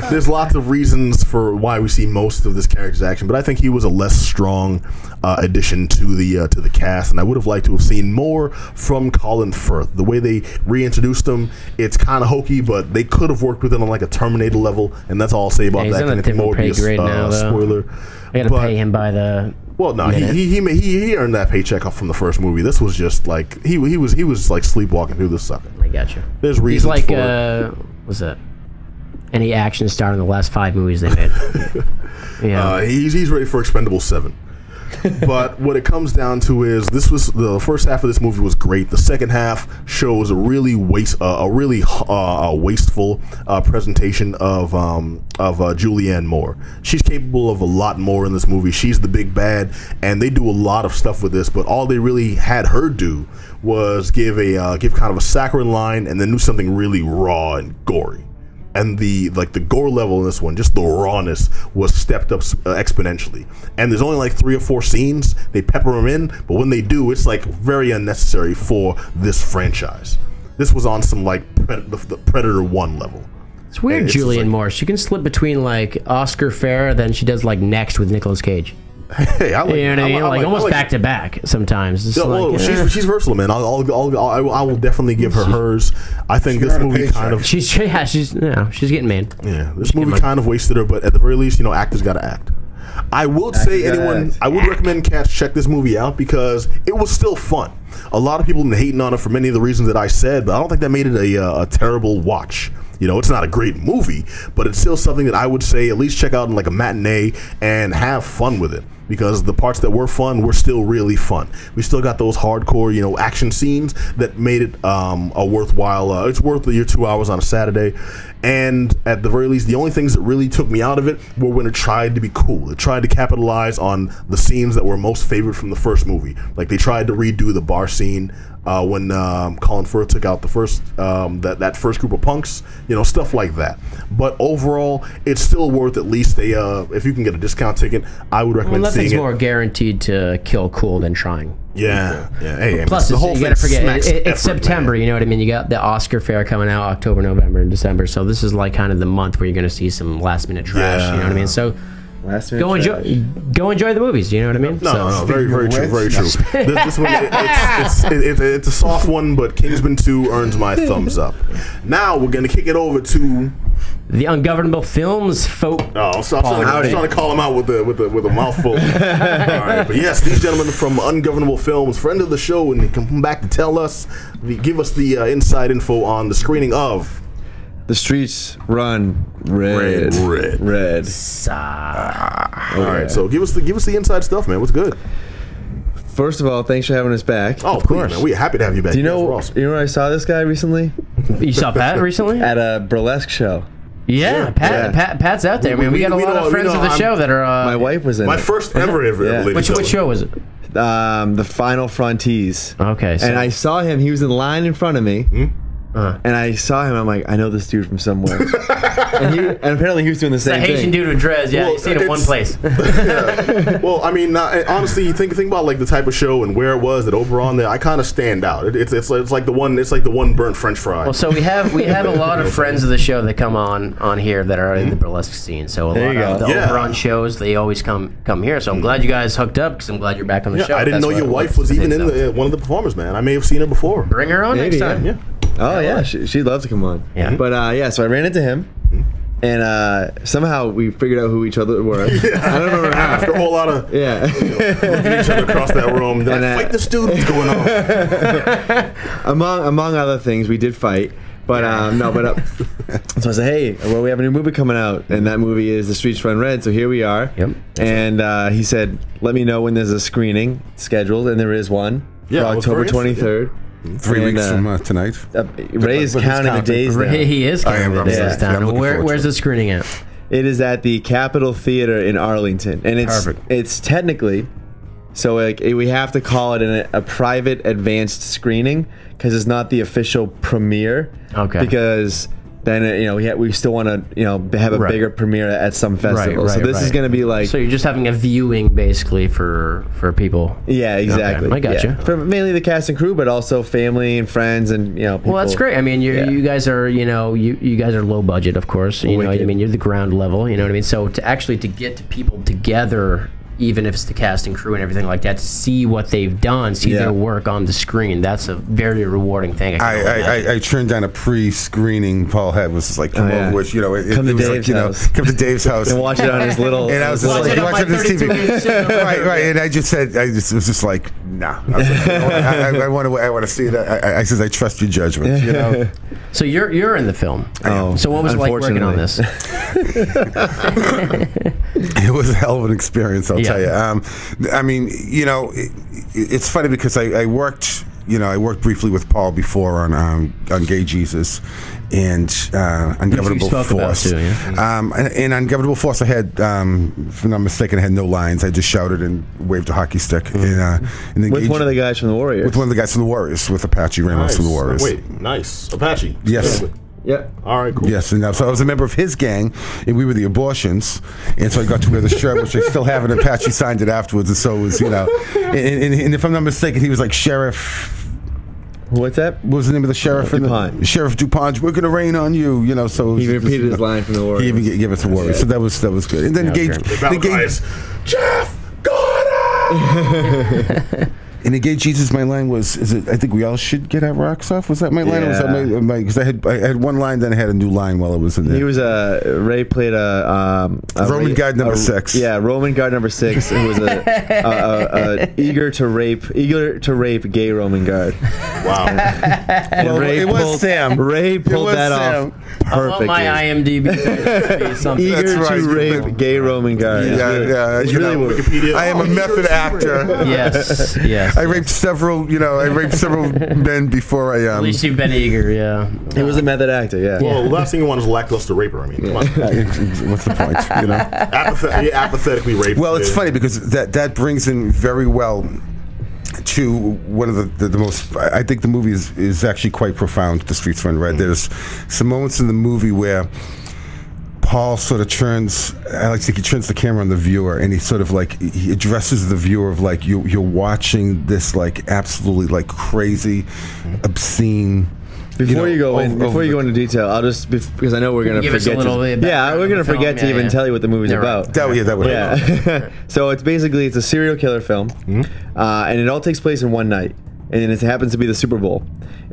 I: know.
C: there's lots of reasons for why we see most of this character's action, but I think he was a less strong uh, addition to the uh, to the cast, and I would have liked to have seen more from Colin Firth. The way they reintroduced him, it's kind of hokey, but they could have worked with him on like a Terminator level, and that's all I'll say about
E: Yeah, he's
C: that.
E: on a
C: 'cause I think
E: different pay grade now, though.
C: spoiler.
E: I gotta
C: But-
E: pay him by the.
C: Well, no, he,
E: minute.
C: he, he ma- he he earned that paycheck off from the first movie. This was just like he he was he was like sleepwalking through this sucker.
E: I got you.
C: There's
E: He's
C: reasons
E: like
C: for it.
E: uh, what's that? Any action star in the last five movies they made. yeah,
C: Uh, he's, he's ready for Expendable 7. but what it comes down to is this was the first half of this movie was great. The second half shows a really waste uh, a really uh, uh, wasteful uh, presentation of um, of uh, Julianne Moore. She's capable of a lot more in this movie. She's the big bad, and they do a lot of stuff with this. But all they really had her do was give a uh, give kind of a saccharine line, and then do something really raw and gory and the like the gore level in this one, just the rawness was stepped up uh, exponentially. And there's only like three or four scenes they pepper them in, but when they do, it's like very unnecessary for this franchise. This was on some like pred- the, the Predator One level.
E: it's weird.
C: it's just
E: Julian
C: like-
E: Moore. She can slip between like Oscar Fair, then she does like next with Nicolas Cage.
C: Hey, I like
E: You know what I
C: I
E: mean?
C: I
E: like,
C: I
E: almost back to back sometimes. It's
C: Yeah,
E: like,
C: well,
E: eh.
C: she's, she's versatile, man. I'll, I'll, I'll, I will- I will definitely give her hers. I think this
I: earned a
C: movie kind
I: paycheck.
C: of
E: She's yeah, she's yeah, she's getting man.
C: Yeah, this movie kind of wasted her, but at the very least, you know, actors got to act. I will say,
F: gotta
C: anyone,
F: act.
C: I would recommend cats check this movie out because it was still fun. A lot of people have been hating on it for many of the reasons that I said, but I don't think that made it a, uh, a terrible watch. You know, it's not a great movie, but it's still something that I would say at least check out in like a matinee and have fun with it because the parts that were fun were still really fun. We still got those hardcore, you know, action scenes that made it um, a worthwhile. Uh, it's worth your two hours on a Saturday, and at the very least, the only things that really took me out of it were when it tried to be cool. It tried to capitalize on the scenes that were most favorite from the first movie. Like they tried to redo the bar scene. uh, when um, Colin Firth took out the first um, that that first group of punks, you know, stuff like that. But overall, it's still worth at least a uh, if you can get a discount ticket. I would
E: Well,
C: recommend
E: nothing's
C: seeing it.
E: more guaranteed to kill cool than trying.
C: yeah, yeah. Hey, I mean,
E: Plus,
C: the
E: it's,
C: whole
E: you
C: thing
E: gotta forget
C: smacks
E: it, it- it's
C: effort, man.
E: September. You know what I mean? You got the Oscar fair coming out October, November, and December. So this is like kind of the month where you're gonna see some last minute trash. You know what I mean? So
F: Last
E: go enjoy, go enjoy the movies. You know what I mean?
C: No,
E: so,
C: no, no, very, very
H: of
C: true, very
H: which-
C: true. this, this one, it- it's, it's, it, it, it's a soft one, but Kingsman 2 earns my thumbs up. Now we're going to kick it over to.
E: The ungovernable films folk.
C: Oh, so I'm, trying, to- I'm
F: Howdy.
C: trying to call him out with a, with a, with a mouthful. All right, but yes, these gentlemen from Ungovernable Films, friend of the show, and they come back to tell us, the, give us the uh, inside info on the screening of
F: The streets run
C: Red,
F: red.
C: red.
F: Red.
E: Ah.
C: All right, so give us the give us the inside stuff, man. What's good?
F: First of all, thanks for having us back.
C: Oh, of course, man. We're happy to have you back.
F: Do you
C: guys
F: know
C: were awesome.
F: you know where I saw this guy recently?
E: You saw Pat recently?
F: At a burlesque show.
E: yeah, Pat,
F: yeah.
E: Pat. Pat's out there.
C: We-
E: man, we,
C: we-
E: got a
C: we
E: lot
C: know- we
E: of friends
C: know
E: of the
C: I'm-
E: show that are. Uh,
F: My wife was in
C: My
F: it.
C: first ever, ever
F: Yeah.
C: ladies
E: Which
C: and
E: which show was it?
F: um, the Final Frontiers.
E: Okay, so-
F: and I saw him. He was in line in front of me.
E: Uh.
F: And I saw him. I'm like, I know this dude from somewhere. and, he, and apparently he was doing the
E: The
F: same
E: Haitian
F: thing.
E: dude with dreads. Yeah,
C: Well,
E: you seen it one
C: it's-
E: place.
C: Well, I mean, not, and honestly, you think think about like the type of show and where it was that Oberon. That I kind of stand out. It, it's it's like, it's like the one. It's like the one burnt French fry.
E: Well, so we have we have a lot of friends of the show that come on on here that are in the burlesque scene. So a
F: There
E: lot
F: you
E: of
F: go.
E: the
C: Yeah.
E: Oberon shows they always come come here. So I'm glad you guys hooked up because I'm glad you're back on the
C: yeah,
E: show.
C: I didn't
E: That's
C: know
E: what
C: your
E: it
C: wife was even in
E: So
C: the, one of the performers, man. I may have seen her before.
E: Bring her on
F: Maybe,
E: next time.
C: Yeah,
F: Oh yeah, she, she'd love to come on.
E: Yeah.
F: But uh, yeah, so I ran into him, and uh, somehow we figured out who each other were. I don't remember how.
C: after a whole lot of
F: Yeah.
C: looking each other across that room, they're
F: And, uh,
C: like, "Fight this dude! What's going on?"
F: among among other things, we did fight. But um, no, but uh, so I said, hey, well, we have a new movie coming out, and that movie is The Streets Run Red. So here we are.
E: Yep.
F: And uh, he said, let me know when there's a screening scheduled, and there is one
C: Yeah, I
F: for
C: was very
F: October
C: interested, yeah.
F: 23rd.
H: Three
F: And,
H: weeks
F: uh,
H: from uh, tonight.
F: Uh, Ray is
H: But it's
F: counting the
H: counting.
F: days. down.
E: He- He is
H: I
E: coming
H: am- I'm
E: this
H: sorry.
E: time.
H: Yeah, I'm looking
E: Where,
H: forward
E: where's
H: to
E: the screening at?
F: It is at the Capitol Theater in Arlington, and it's
E: Perfect.
F: it's technically so like it- we have to call it an, a private advanced screening because it's not the official premiere.
E: Okay.
F: Because then uh, you know we ha- we still want to you know b- have a
E: Right.
F: bigger premiere at some festival. so
E: right,
F: this is
E: right.
F: going to be like
E: So you're just having a viewing basically for for people.
F: yeah exactly.
E: I gotcha.
F: Yeah. For mainly the cast and crew, but also family and friends and you know. People.
E: Well, that's great. I mean, you
F: Yeah.
E: you guys are you know you, you guys are low budget, of course. You know, what I
F: Wicked.
E: mean, you're the ground level. You know what I mean. So to actually to get to people together, even if it's the cast and crew and everything like that, to see what they've done, see
F: Yeah.
E: their work on the screen, that's a very rewarding thing. can
H: I,
E: only
H: I,
E: imagine.
H: I, I turned down a pre-screening Paul had was just like, come
F: Oh, yeah.
H: over, which you know, it,
F: Come
H: it
F: to
H: was like,
F: Dave's
H: you know,
F: house.
H: come to Dave's house
F: And watch it on his little.
H: And I was
F: his
H: just like,
F: little-
H: you watch it on this TV. right, right. And I just said, I just was just like, nah. I, was like, you know what, I, I, I want to, I want to see that. I, I, I says, I trust your judgment. You know,
E: so you're you're in the film.
F: Oh,
E: so what was it like working on
F: unfortunately.
E: this?
H: it was a hell of an experience, I'll
E: Yeah.
H: tell you. Um, I mean, you know, it, it, it's funny because I, I worked, you know, I worked briefly with Paul before on um, on Gay Jesus and uh, Ungovernable
E: spoke about
H: Force.
E: too, yeah.
H: Um, and, and on Governable Force, I had, um, if I'm not mistaken, I had no lines. I just shouted and waved a hockey stick.
E: Mm-hmm.
H: And, uh, and then
F: with
H: Gay
F: one of the
H: Je-
F: guys from the Warriors.
H: with one of the guys from the Warriors, with Apache Ramos from the Warriors.
C: Wait, nice Apache.
H: Yes.
F: yeah.
C: All right, cool.
H: Yes, and uh, so I was a member of his gang, and we were the abortions, and so I got to wear the shirt, which I still have, and Apache signed it afterwards, and so it was, you know, and, and, and if I'm not mistaken, he was like sheriff.
F: What's that?
H: What was the name of the sheriff? in the-
F: DuPont.
H: sheriff DuPont. We're gonna rain on you, you know. So it was
F: He
H: just-
F: repeated his line from the Warriors.
H: He even g- gave us a warrior, so that was that was good. And then Gage,
C: Battle
H: the Gage,
C: cries, Jeff Gordon.
H: and the Gage Jesus. My line was, is it? I think we all should get our rocks off. Was that my line? Or was that
F: Yeah.
H: my? my Because I had I had one line, then I had a new line while I was in there.
F: He was a Ray played a, um, a
H: Roman
F: Ra-
H: guard number
F: a-
H: six.
F: Yeah, Roman guard number six, who was a, a, a, a eager to rape, eager to rape gay Roman guard.
C: Wow.
F: And
H: Well,
F: Ray
H: it was
F: pulled-
H: Sam.
F: Ray pulled
H: was
F: that
H: Sam.
F: off
E: I want
F: perfectly.
E: my IMDb to be something.
F: eager
H: That's
F: to
H: right.
F: rape gay Roman guard.
H: Yeah,
F: It's really-
H: yeah,
F: it's
H: you
F: really
H: know,
F: what-
C: Wikipedia.
H: I am
C: Oh,
H: a
C: he
H: method
C: goes to
H: actor.
E: yes, yes.
H: I raped several, you know, I raped several men before I
E: At
H: um.
E: least you've been eager. Yeah.
F: He was a method actor. Yeah.
C: Well, the last thing you want is a lackluster raper. I mean, come on.
H: What's the point, you know?
C: Apathet- yeah, apathetically raped.
H: Well, it's
C: Yeah.
H: funny because that that brings in very well to one of the, the, the most. I I think the movie is, is actually quite profound. The Streets Run Red. There's some moments in the movie where Paul sort of turns. I like to think he turns the camera on the viewer, and he sort of like he addresses the viewer of like you you're watching this like absolutely like crazy, obscene.
F: Before you,
H: know, oh,
F: go in,
H: over-
F: before you
H: over-
F: go into detail, I'll just bef- because I know we're gonna
E: Give us a
F: forget.
E: little
F: to,
E: bit of
F: yeah,
E: background
F: we're gonna
E: on the film,
F: forget to
E: yeah,
F: even
E: yeah.
F: tell you what the movie's
E: Yeah, right.
F: about.
H: That way, yeah, that way.
F: Yeah. so it's basically it's a serial killer film, uh, and it all takes place in one night, and it happens to be the Super Bowl.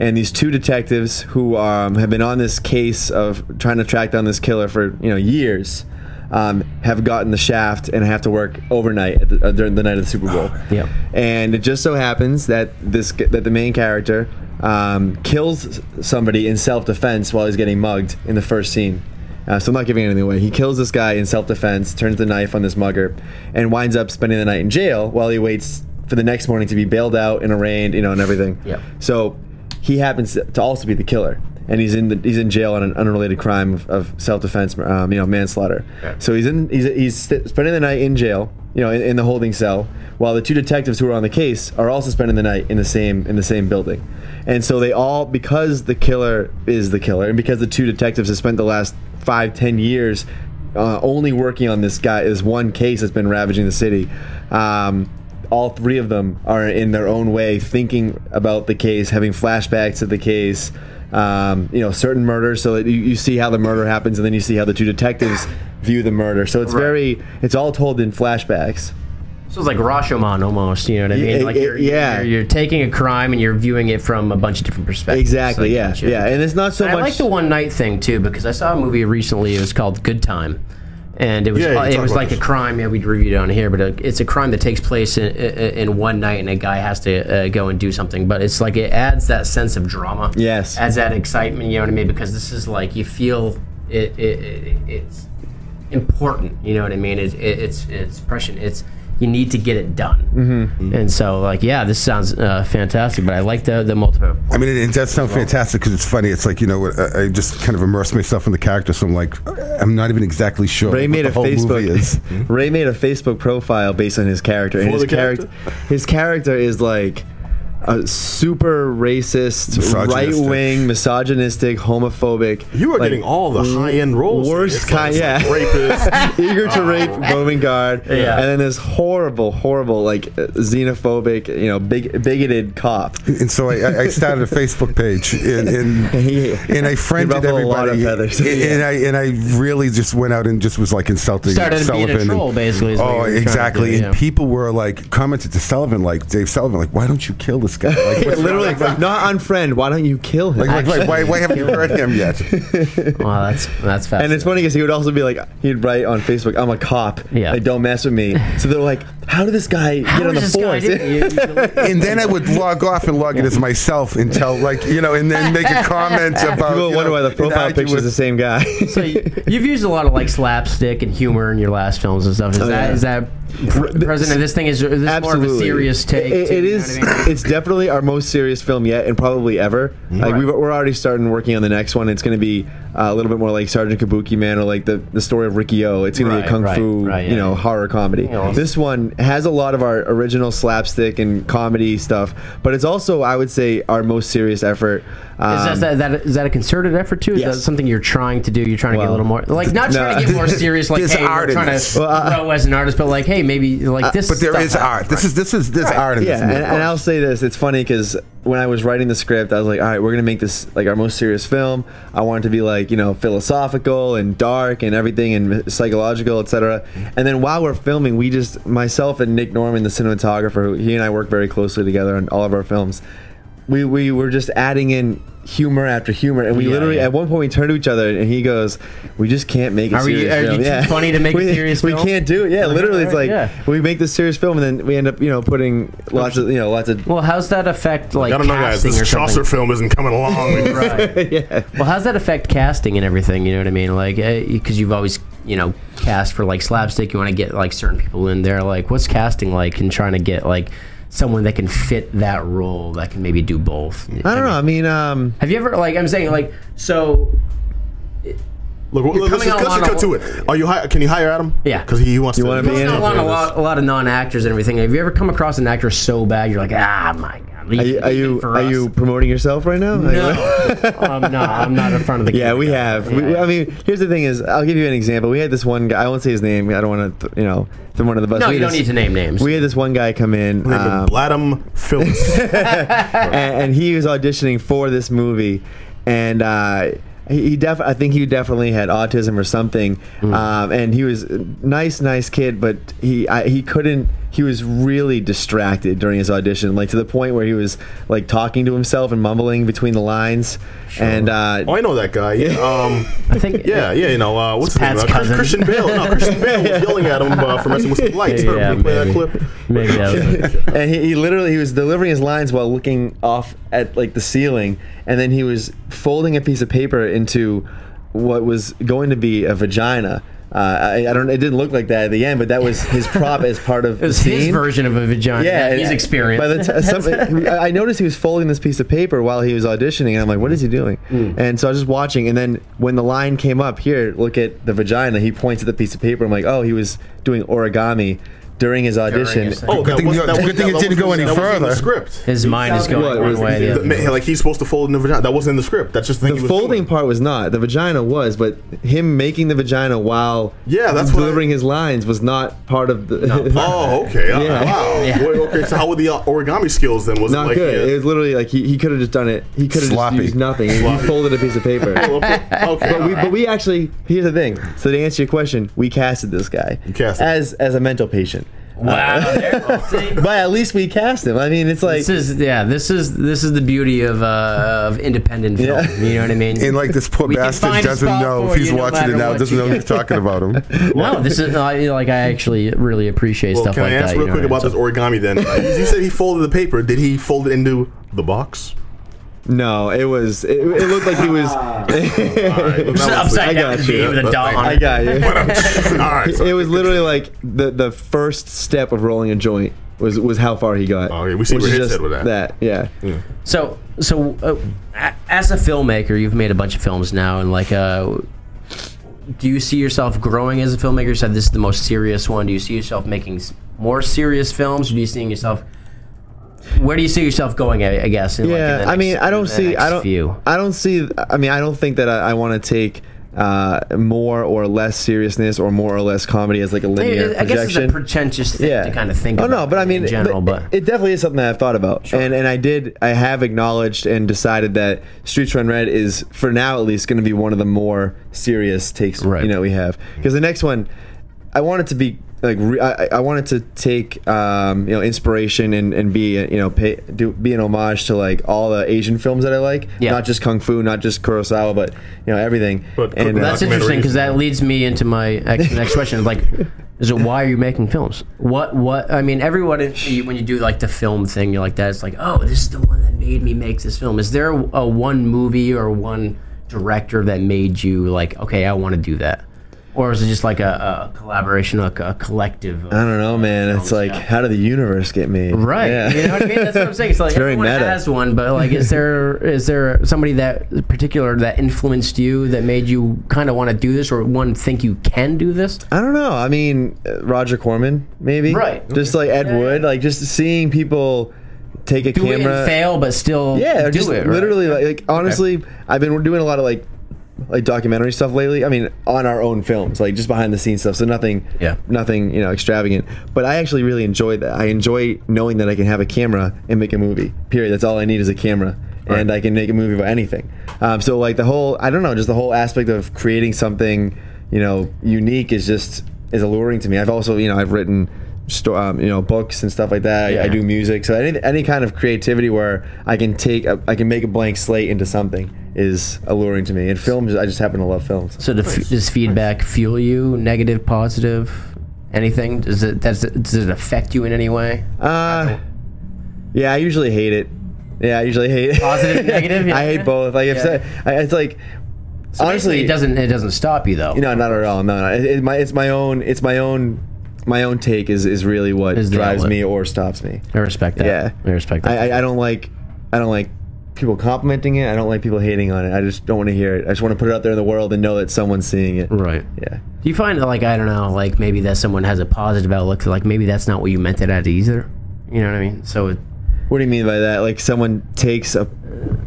F: And these two detectives who um, have been on this case of trying to track down this killer for you know years. Um, have gotten the shaft and have to work overnight at the, uh, during the night of the Super Bowl.
E: Yep.
F: And it just so happens that this that the main character um, kills somebody in self defense while he's getting mugged in the first scene. Uh, so I'm not giving anything away. He kills this guy in self defense, turns the knife on this mugger, and winds up spending the night in jail while he waits for the next morning to be bailed out and arraigned, you know, and everything.
E: Yep.
F: So he happens to also be the killer, and he's in the, he's in jail on an unrelated crime of, of self defense, um, you know, manslaughter. So he's in he's he's st- spending the night in jail, you know, in, in the holding cell, while the two detectives who are on the case are also spending the night in the same in the same building, and so they all because the killer is the killer, and because the two detectives have spent the last five ten years. Uh, only working on this guy is one case that's been ravaging the city. Um, all three of them are in their own way thinking about the case, having flashbacks of the case, um, you know, certain murders. So that you, you see how the murder happens, and then you see how the two detectives view the murder. So it's very, it's all told in flashbacks.
E: So it's like Rashomon almost, you know what I
F: Yeah,
E: mean? Like
F: it-
E: you're,
F: yeah.
E: you're, you're taking a crime and you're viewing it from a bunch of different perspectives.
F: Exactly.
E: Like,
F: Yeah.
E: gotcha.
F: Yeah. And it's not so
E: And I
F: much.
E: like the one night thing too because I saw a movie recently. It was called Good Time, and it was
C: Yeah, you
E: it
C: talked
E: was
C: about
E: like
C: this.
E: a crime. Yeah, we reviewed it on here, but it- it's a crime that takes place in, in one night, and a guy has to uh, go and do something. But it's like it adds that sense of drama.
F: Yes.
E: adds that excitement. You know what I mean? Because this is like you feel it. it, it it's important. You know what I mean? It, it, it's it's prescient. It's you need to get it done. Mm-hmm. And so like yeah, this sounds uh, fantastic. But I like the the multiple.
H: I mean, it, it does sound fantastic because it's funny. It's like you know, I, I just kind of immerse myself in the character, so I'm like, I'm not even exactly sure.
F: Ray
H: what
F: made
H: the
F: a
H: whole movie is. Hmm?
F: Facebook. Ray made a Facebook profile based on his character, and
C: For
F: his
C: the character?
F: his character is like a super racist,
H: Misogynistic.
F: right wing, misogynistic, homophobic.
C: You are
F: like,
C: getting all the high end roles.
F: worst
C: It's like
F: kind- yeah.
C: Rapist.
F: eager to rape Roman guard,
E: Yeah.
F: and then this horrible, horrible, like uh, xenophobic, you know, big, bigoted cop.
H: And so I, I started a Facebook page, and
F: He-
H: and, and I friended
F: he ruffled a lot of
H: everybody,
F: feathers.
H: and, and I and I really just went out and just was like insulting
E: Started being a
H: Sullivan. and-
E: troll, basically, is what you
H: oh,
E: were trying to
H: exactly.
E: do,
H: and
E: yeah.
H: people were like commented to Sullivan, like Dave Sullivan, like, why don't you kill this guy? Like, what's-
F: Literally, like, not on friend. Why don't you kill him?
H: like, like, like, why, why haven't you heard him yet?
E: Wow, that's that's fascinating.
F: And it's funny because he would also be like, he'd write on Facebook, "I'm a cop.
E: Yeah.
F: Like, don't mess with me." So they're like, "How did this guy get on the
E: does this guy
F: force?"
E: do- you- you believe-
H: and then I would log off and log in as myself and tell, like, you know, and then make a comment about.
F: People
H: Oh, you
F: wonder
H: know,
F: why the
H: and
F: profile
H: argue
F: picture is
H: with-
F: the same guy.
E: so you- you've used a lot of like slapstick and humor in your last films and stuff. Is that
F: Oh, yeah.
E: is that pr- present in this thing? Is, is this more of a serious take?
F: It-
E: too,
F: it
E: you know
F: is.
E: what I mean? Mm-hmm.
F: It's definitely our most serious film yet, and probably ever. Like we've, we're already starting working on the next one. It's going to be uh, a little bit more like Sergeant Kabuki Man or like the, the story of Ricky O. It's going to be
E: Right,
F: a kung
E: right,
F: fu,
E: right,
F: you
E: yeah.
F: know, horror comedy.
E: Yeah.
F: This one has a lot of our original slapstick and comedy stuff, but it's also, I would say, our most serious effort.
E: Is
F: Um,
E: that, that, is that a concerted effort too? Is
F: Yes.
E: that something you're trying to do? You're trying to get
F: Well,
E: a little more like not
F: no.
E: trying to get more serious. Like
H: There's
E: hey,
H: art
E: we're
H: in
E: trying
H: this.
E: to
F: uh,
E: grow as an artist, but like hey, maybe like this.
H: But there
E: stuff
H: is art. This is this is this art in this
F: yeah,
H: movie.
F: and, and I'll say this: it's funny because when I was writing the script, I was like, "All right, we're gonna make this like our most serious film. I want it to be like you know philosophical and dark and everything and psychological, etc." And then while we're filming, we just myself and Nick Norman, the cinematographer, who- he and I work very closely together on all of our films. We we were just adding in humor after humor, and we
E: Yeah,
F: literally
E: yeah.
F: at one point we turned to each other and he goes, "We just can't make a
E: Are we-
F: serious
E: are you
F: film."
E: too
F: yeah.
E: funny to make a
F: we,
E: serious
F: We
E: film?
F: can't do it. Yeah, literally, it's like
E: Yeah.
F: we make this serious film and then we end up you know putting lots of you know lots of
E: Well, how's that affect like
C: I don't know, guys.
E: casting
C: This
E: or
C: Chaucer
E: something?
C: film isn't coming along.
E: Right. Well, how's that affect casting and everything? You know what I mean? Like, because you've always, you know, cast for like slapstick. You want to get like certain people in there. Like, what's casting like and trying to get like someone that can fit that role that can maybe do both?
F: I don't know. I mean, um,
E: Have you ever like I'm saying like so?
C: Look, let's,
E: coming
C: just,
E: on
C: let's just
E: a
C: cut
E: lot
C: to
E: of-
C: it. Are you hi- can you hire Adam?
E: Yeah.
C: because he, he wants
F: You
C: to.
F: wanna be
E: There's
F: in
E: not a lot,
F: it?
E: a, lot, a lot of non-actors and everything. Have you ever come across an actor so bad you're like, ah, my god? leave-
F: Are you are
E: leave it
F: you,
E: for
F: are
E: us."
F: you promoting yourself right now?
E: No, um, no, I'm not in front of the.
F: Yeah, we
E: camera.
F: have. We, I mean, here's the thing: is I'll give you an example. We had this one guy. I won't say his name. I don't want to, you know, throw one of the bus.
E: No,
F: We
E: you
F: had
E: don't
F: this-
E: need to name names.
F: We had this one guy come in, um,
C: Bladum Phillips.
F: and, and he was auditioning for this movie, and uh, he, he def- I think he definitely had autism or something, um, and he was a nice, nice kid, but he I, he couldn't. He was really distracted during his audition, like to the point where he was like talking to himself and mumbling between the lines, and uh,
C: oh, I know that guy. Yeah, um,
E: I think.
C: yeah, yeah. You know uh, what's his name?
E: Pat's
C: Uh, Chris-
E: cousin.
C: Christian Bale. No, Christian Bale was yelling at him uh, for messing with some lights.
E: Yeah,
C: Remember, we play that
E: maybe.
C: clip.
E: Maybe that was it.
F: and he, he literally he was delivering his lines while looking off at like the ceiling and then he was folding a piece of paper into what was going to be a vagina uh, I, I don't it didn't look like that at the end but that was his prop as part of
E: It was
F: the
E: his
F: scene.
E: version of a vagina.
F: yeah,
E: Yeah, he's
F: and-
E: experienced.
F: By the t- some, I I noticed he was folding this piece of paper while he was auditioning, and I'm like, "What is he doing?" And so I was just watching, and then when the line came up, here, look at the vagina. He points at the piece of paper. I'm like, "Oh, he was doing origami during his audition."
E: his-
C: Oh,
H: Good thing
C: wasn't-
H: you- good
C: wasn't-
H: thing it
C: that
H: didn't
C: wasn't-
H: go any
C: that wasn't in the
H: further.
C: Script.
E: His mind is going
F: What was
E: one way. or
F: the-
E: The
C: The
E: other.
C: ma- like he's supposed to fold in the vagina. That wasn't in the script. That's just the thing. he
F: The
C: was
F: folding
C: doing.
F: part was not. The vagina was, but him making the vagina while
C: Yeah, that's what I-
F: delivering his lines was not part of the.
C: Oh, okay. Uh,
F: Yeah.
C: Wow.
E: Yeah.
C: Wait, okay, so how were the uh, origami skills then? Was
F: not
C: it like
F: good.
C: uh,
F: It was literally like he, he could have just done it. He could have just
H: Sloppy.
F: used nothing. He
C: Sloppy.
F: folded a piece of paper.
C: okay.
F: But we, but we actually here's the thing. So to answer your question, we casted this guy
C: casted him.
F: as as a mental patient.
E: wow. there- see?
F: But at least we cast him. I mean, it's like
E: This is yeah. This is this is the beauty of uh, of independent film.
F: Yeah.
E: You know what I mean?
H: And like this poor
E: We can
H: bastard
E: find a
H: doesn't
E: spot
H: know
E: for
H: if he's
E: you no
H: watching
E: matter
H: it now.
E: what
H: Doesn't
E: you
H: know he's talking about him.
E: no, this is I, like I actually really appreciate
C: Well,
E: stuff
C: can
E: like
C: I ask
E: that.
C: real
E: you know
C: quick
E: what I
C: about
E: mean?
C: this origami then? Uh, you said he folded the paper. Did he fold it into the box?
F: no, it was it, it looked like he was.
E: Just upside
F: I
E: down
F: got
E: baby
F: you.
E: with a doll on
F: I
E: it.
F: got you.
C: All right.
F: It was literally like the the first step of rolling a joint was was how far he got.
C: Oh, yeah, we see
F: Which
C: where
F: is
C: his head
F: just
C: was at.
F: That yeah.
E: So so uh, a- as a filmmaker, you've made a bunch of films now, and like uh, do you see yourself growing as a filmmaker? You said this is the most serious one. Do you see yourself making s- more serious films? Or do you see yourself? Where do you see yourself going? I, I guess. in, like, in
F: yeah
E: the
F: i mean
E: next-
F: i
E: in
F: don't
E: the
F: see i
E: next
F: don't
E: few.
F: i don't see i mean i don't think that i, I want to take uh, more or less seriousness or more or less comedy as like a linear
E: I guess it's
F: projection
E: a pretentious thing to kind of think.
F: Oh no,
E: about
F: but I mean,
E: in general, but,
F: it definitely is something that I've thought about, and and I did, I have acknowledged and decided that Streets Run Red is for now at least going to be one of the more serious takes
E: Right.
F: you know we have because the next one, I want it to be like re- I, I- I want it to take um, you know inspiration and, and be you know pay, do, be an homage to like all the Asian films that I like,
E: Yeah.
F: not just kung fu, not just Kurosawa, but you know everything.
C: But
F: and,
C: Kurosawa-
F: uh,
E: that's interesting
C: documentaries.
E: because that leads me into my ex- next question. Like, is it why are you making films? What what I mean, everyone if you- when you do like the film thing, you're like that. It's like, oh, this is the one that made me make this film. Is there a, one movie or one director that made you like, okay, I want to do that, or is it just like a, a collaboration, like a collective? Of,
F: I don't know, man. It's like how did the universe get made?
E: Right.
F: Yeah.
E: You know what I mean? That's what I'm saying. It's like
F: very
E: everyone
F: meta.
E: has one, but like, is there is there somebody that particular that influenced you that made you kind of want to do this, or one think you can do this?
F: I don't know. I mean, uh, Roger Corman, maybe.
E: Right.
F: Just like Ed Wood, like just seeing people take a
E: Do it
F: camera.
E: and fail, but still
F: Yeah, or
E: do
F: just
E: it. right?
F: literally, like, like honestly, I've been doing a lot of like like documentary stuff lately. I mean, on our own films, like just behind the scenes stuff. So nothing,
E: Yeah.
F: nothing, you know, extravagant. But I actually really enjoy that. I enjoy knowing that I can have a camera and make a movie. Period. That's all I need is a camera. And I can make a movie about anything. Um, so like the whole, I don't know, just the whole aspect of creating something, you know, unique is just is alluring to me. I've also, you know, I've written, sto- um, you know, books and stuff like that. I, I
E: Yeah.
F: do music. So any any kind of creativity where I can take a, I can make a blank slate into something is alluring to me. And films, I just happen to love films.
E: So does, does feedback fuel you? Negative, positive, anything? Does it does it, does it affect you in any way?
F: Uh, yeah, I usually hate it. Yeah, I usually hate it.
E: Positive, negative, yeah.
F: I hate both. Like if
E: Yeah.
F: so- I, it's like
E: So
F: honestly,
E: basically, it doesn't it doesn't stop you though.
F: You know, not at all. No, no. It, it, my, it's my own. It's my own. My own take is is really what
E: Is the
F: drives
E: outlet.
F: me or stops me.
E: I respect that.
F: Yeah,
E: I respect that.
F: I, I, I don't like. I don't like people complimenting it. I don't like people hating on it. I just don't want to hear it. I just want to put it out there in the world and know that someone's seeing it.
E: Right.
F: Yeah.
E: Do you find that, like, I don't know, like maybe that someone has a positive outlook, like maybe that's not what you meant it at either? You know what I mean? So, it,
F: What do you mean by that? Like someone takes a.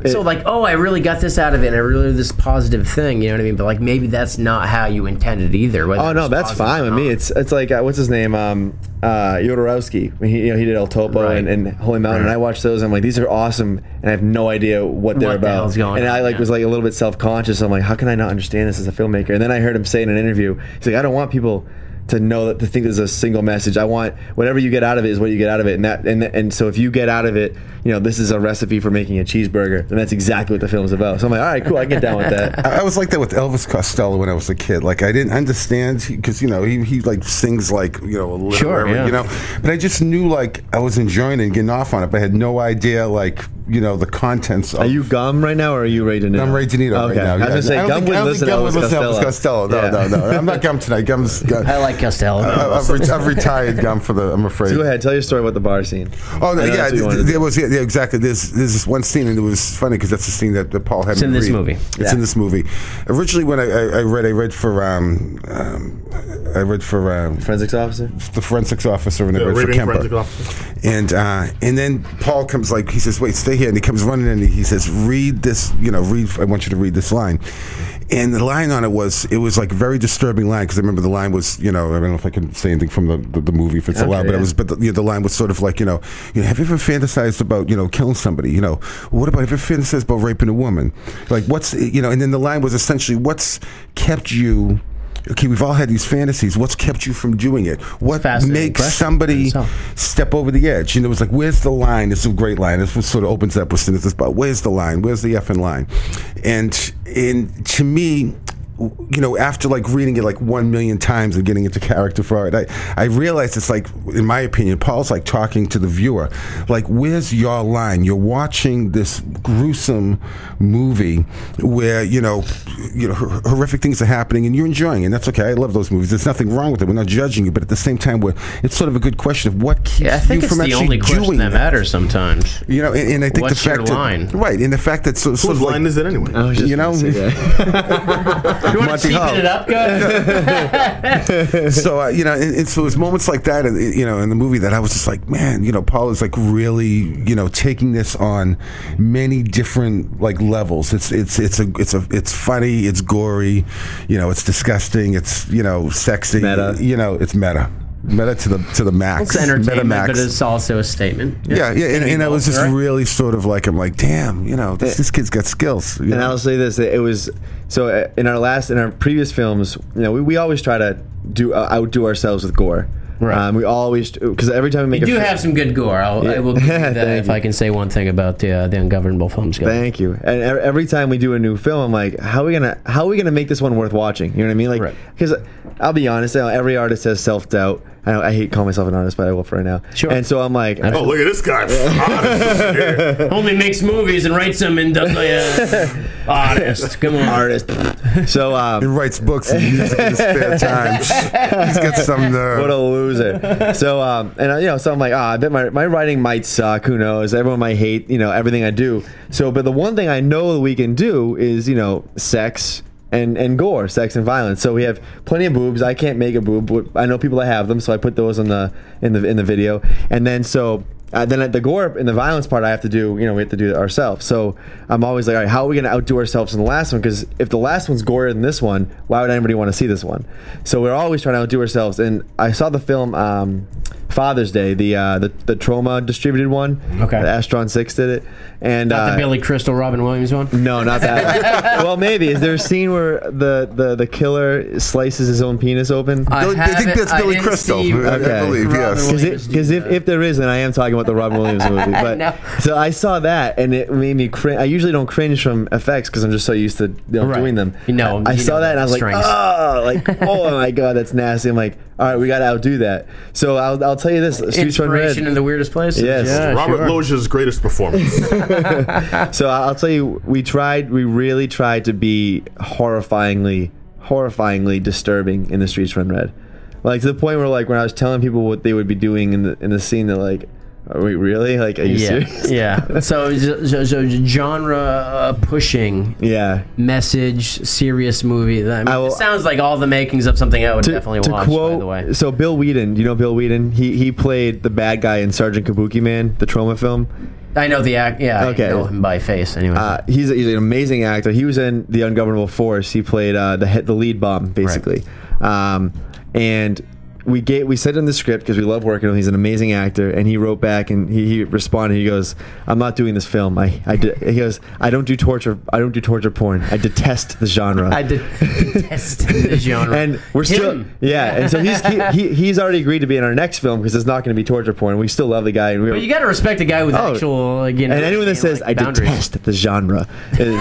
E: so like, oh, I really got this out of it, and I really did this positive thing, you know what I mean? But like, maybe that's not how you intended either. whether
F: Oh
E: it
F: no,
E: was
F: that's
E: positive
F: fine
E: or
F: with me.
E: not.
F: It's it's like uh, what's his name, um, uh, Yodorowski. When He you know he did El Topo
E: Right.
F: and, and Holy Mountain. And I watched those. and I'm like, these are awesome, and I have no idea what they're
E: What the
F: about.
E: hell's going
F: and
E: on,
F: I like
E: yeah.
F: was like a little bit self conscious. I'm like, how can I not understand this as a filmmaker? And then I heard him say in an interview, he's like, I don't want people to know that to think there's a single message. I want whatever you get out of it is what you get out of it, and that and and so if you get out of it, you know, this is a recipe for making a cheeseburger, and that's exactly what the film's about. So I'm like, all right, cool, I get down with that.
H: I I was like that with Elvis Costello when I was a kid. Like I didn't understand because you know he, he like sings like you know a little
E: Sure,
H: whatever,
E: yeah.
H: you know, but I just knew like I was enjoying it and getting off on it, but I had no idea like you know the contents. of
F: Are you gum right now, or are you ready to know?
H: I'm Ray DeNito
F: Okay.
H: right now.
F: I was
H: yeah.
F: gonna say
H: I don't
F: gum
H: think- I
F: wouldn't
H: don't
F: listen
H: think
F: to
H: Gum
F: Elvis
H: would listen to
F: Costello.
H: Elvis Costello. No,
F: Yeah.
H: no, no. I'm not Gum tonight. Gum's. Gum.
E: I like Costello.
H: I- I've, re- I've retired Gum for the. I'm afraid.
F: So go ahead, tell your story about the bar scene.
H: Oh no,
F: I know
H: yeah,
F: that's what you
H: th-
F: wanted
H: th-
F: to
H: there was yeah, yeah, exactly. There's there's this one scene and it was funny because that's the scene that, that Paul had.
E: It's
H: me
E: in this
H: read.
E: movie.
H: It's
F: Yeah.
H: in this movie. Originally, when I, I, I read, I read for um, um I read for um,
F: Forensics officer?
H: the forensics officer and I
C: The
H: read for
C: Arabian
H: Kemper.
C: forensic officer.
H: And uh, and then Paul comes like he says, "Wait, stay here." And he comes running in and he says, "Read this, you know, read. I want you to read this line." And the line on it was it was like a very disturbing line because I remember the line was you know I don't know if I can say anything from the, the, the movie if it's allowed, but it
F: yeah.
H: was but the, you know, the line was sort of like you know you know have you ever fantasized about you know killing somebody you know what about have you ever fantasized about raping a woman like what's you know and then the line was essentially what's kept you. Okay, we've all had these fantasies. What's kept you from doing it? What
E: Fascinating
H: makes
E: question.
H: somebody
E: So-
H: step over the edge. And it was like, where's the line? It's a great line. This was sort of opens up with Sinister's but Where's the line? Where's the effing line? And and to me, w- you know, after like reading it like one million times and getting into character for it, I, I realized it's like, in my opinion, Paul's like talking to the viewer. Like, where's your line? You're watching this gruesome movie where, you know, you know, hor- horrific things are happening and you're enjoying it. And that's okay. I love those movies. There's nothing wrong with it. We're not judging you, but at the same time, we're, it's sort of a good question of what keeps
E: yeah, I think
H: you
E: it's
H: from
E: the
H: actually
E: only
H: doing
E: question that
H: that.
E: matters sometimes.
H: You know, and, and I think
E: What's
H: the
E: your
H: fact that
E: line?
H: right, and the fact that so, sort
C: Whose
H: of like,
C: line is it anyway?
F: I was
H: You know?
F: gonna say that.
E: You want
H: Monty
E: to
H: Hall.
E: cheapen it up, guys?
H: so uh, you know, and, and so it's moments like that, and, you know, in the movie that I was just like, man, you know, Paul is like really, you know, taking this on many different like levels. It's it's it's a it's a it's funny, it's gory, you know, it's disgusting, it's you know, sexy,
F: Meta.
H: you know, it's meta, meta to the to the max,
E: it's entertainment,
H: meta
E: but it's also a statement.
H: yeah, yeah, and, and I was just
E: Right.
H: really sort of like, I'm like, damn, you know, this, this kid's got skills. You
F: and
H: know?
F: I'll say this: that it was so uh, in our last, in our previous films. You know, we, we always try to do uh, outdo ourselves with gore.
E: Right.
F: Um, we always because every time we make
E: You
F: a
E: do
F: fi-
E: have some good gore. I'll, I will give you that
F: Thank
E: if I
F: you.
E: can say one thing about the, uh, the Ungovernable Films Guild.
F: Thank you. And e- every time we do a new film, I'm like, how are we gonna how are we gonna make this one worth watching? You know what I mean?
E: Right.
F: Like, because I'll be honest, you know, every artist has self doubt. I, know- I hate calling myself an artist, but I will for right now.
E: Sure.
F: And so I'm like,
C: Oh, look at this guy. Yeah.
E: Only makes movies and writes them and doesn't. Uh, honest. Come on.
F: artist. so um,
H: He writes books and music in his spare time. He's got some nerve.
F: What a loser. so, um, and I, you know, so I'm like, ah, I bet my, my writing might suck. Who knows? Everyone might hate, you know, everything I do. So, but the one thing I know that we can do is, you know, sex and, and gore, sex and violence. So we have plenty of boobs. I can't make a boob, but I know people that have them. So I put those in the, in the, in the video. And then, so, uh, then at the gore and the violence part, I have to do, you know, we have to do it ourselves. So I'm always like, all right, how are we going to outdo ourselves in the last one? Because if the last one's gorier than this one, why would anybody want to see this one? So we're always trying to outdo ourselves. And I saw the film um, Father's Day, the, uh, the the trauma distributed one.
E: Okay.
F: Astron Six did it, and
E: Not
F: uh,
E: the Billy Crystal, Robin Williams one.
F: no, not that. one. well, maybe is there a scene where the, the, the killer slices his own penis open?
E: I,
H: Billy- I think
E: haven't-
H: that's
E: I
H: Billy
E: didn't
H: Crystal,
E: see
H: I- I
E: Robin
H: believe, yes. 'Cause
F: Because
E: Williams do
F: if,
E: that.
F: if there is, then I am talking about the Robin Williams movie. But
E: No.
F: so I saw that, and it made me cringe. I usually don't cringe from effects because I'm just so used to you know,
E: Right.
F: doing them.
E: You know,
F: I
E: you
F: saw
E: know
F: that, and I was like,
E: strengths.
F: oh, like oh my god, that's nasty. I'm like, all right, we got to outdo that. So I'll, I'll tell you this, Streets Run Red.
E: inspiration in the weirdest places.
F: Yes.
E: Yeah,
C: Robert
E: sure.
C: Loggia's greatest performance.
F: So I- I'll tell you, we tried, we really tried to be horrifyingly, horrifyingly disturbing in the streets run red, like to the point where like when I was telling people what they would be doing in the in the scene, they're like, Are we really? Like, are you
E: yeah,
F: serious?
E: yeah. So, so, so genre uh, pushing,
F: Yeah.
E: message, serious movie. I mean,
F: I will-
E: it sounds like all the makings of something I would definitely watch. by the way,
F: So Bill Whedon, you know Bill Whedon? He he played the bad guy in Sergeant Kabuki Man, the trauma film.
E: I know the act. Yeah,
F: Okay.
E: I know him by face anyway.
F: Uh, he's he's an amazing actor. He was in The Ungovernable Force. He played uh, the head, the lead bomb basically. Um, and we gave we sent him the script because we love working with him. He's an amazing actor, and he wrote back and he, he responded. He goes, "I'm not doing this film. I, I did, he goes, I don't do torture. I don't do torture porn. I detest the genre.
E: I de- detest the genre.
F: and we're still
E: Him.
F: yeah and so he's he, he, he's already agreed to be in our next film because it's not going to be torture porn we still love the guy and we
E: But you got to respect a guy with
F: Oh.
E: actual. Like, you know,
F: and anyone that says
E: like,
F: i
E: boundaries.
F: detest the genre is-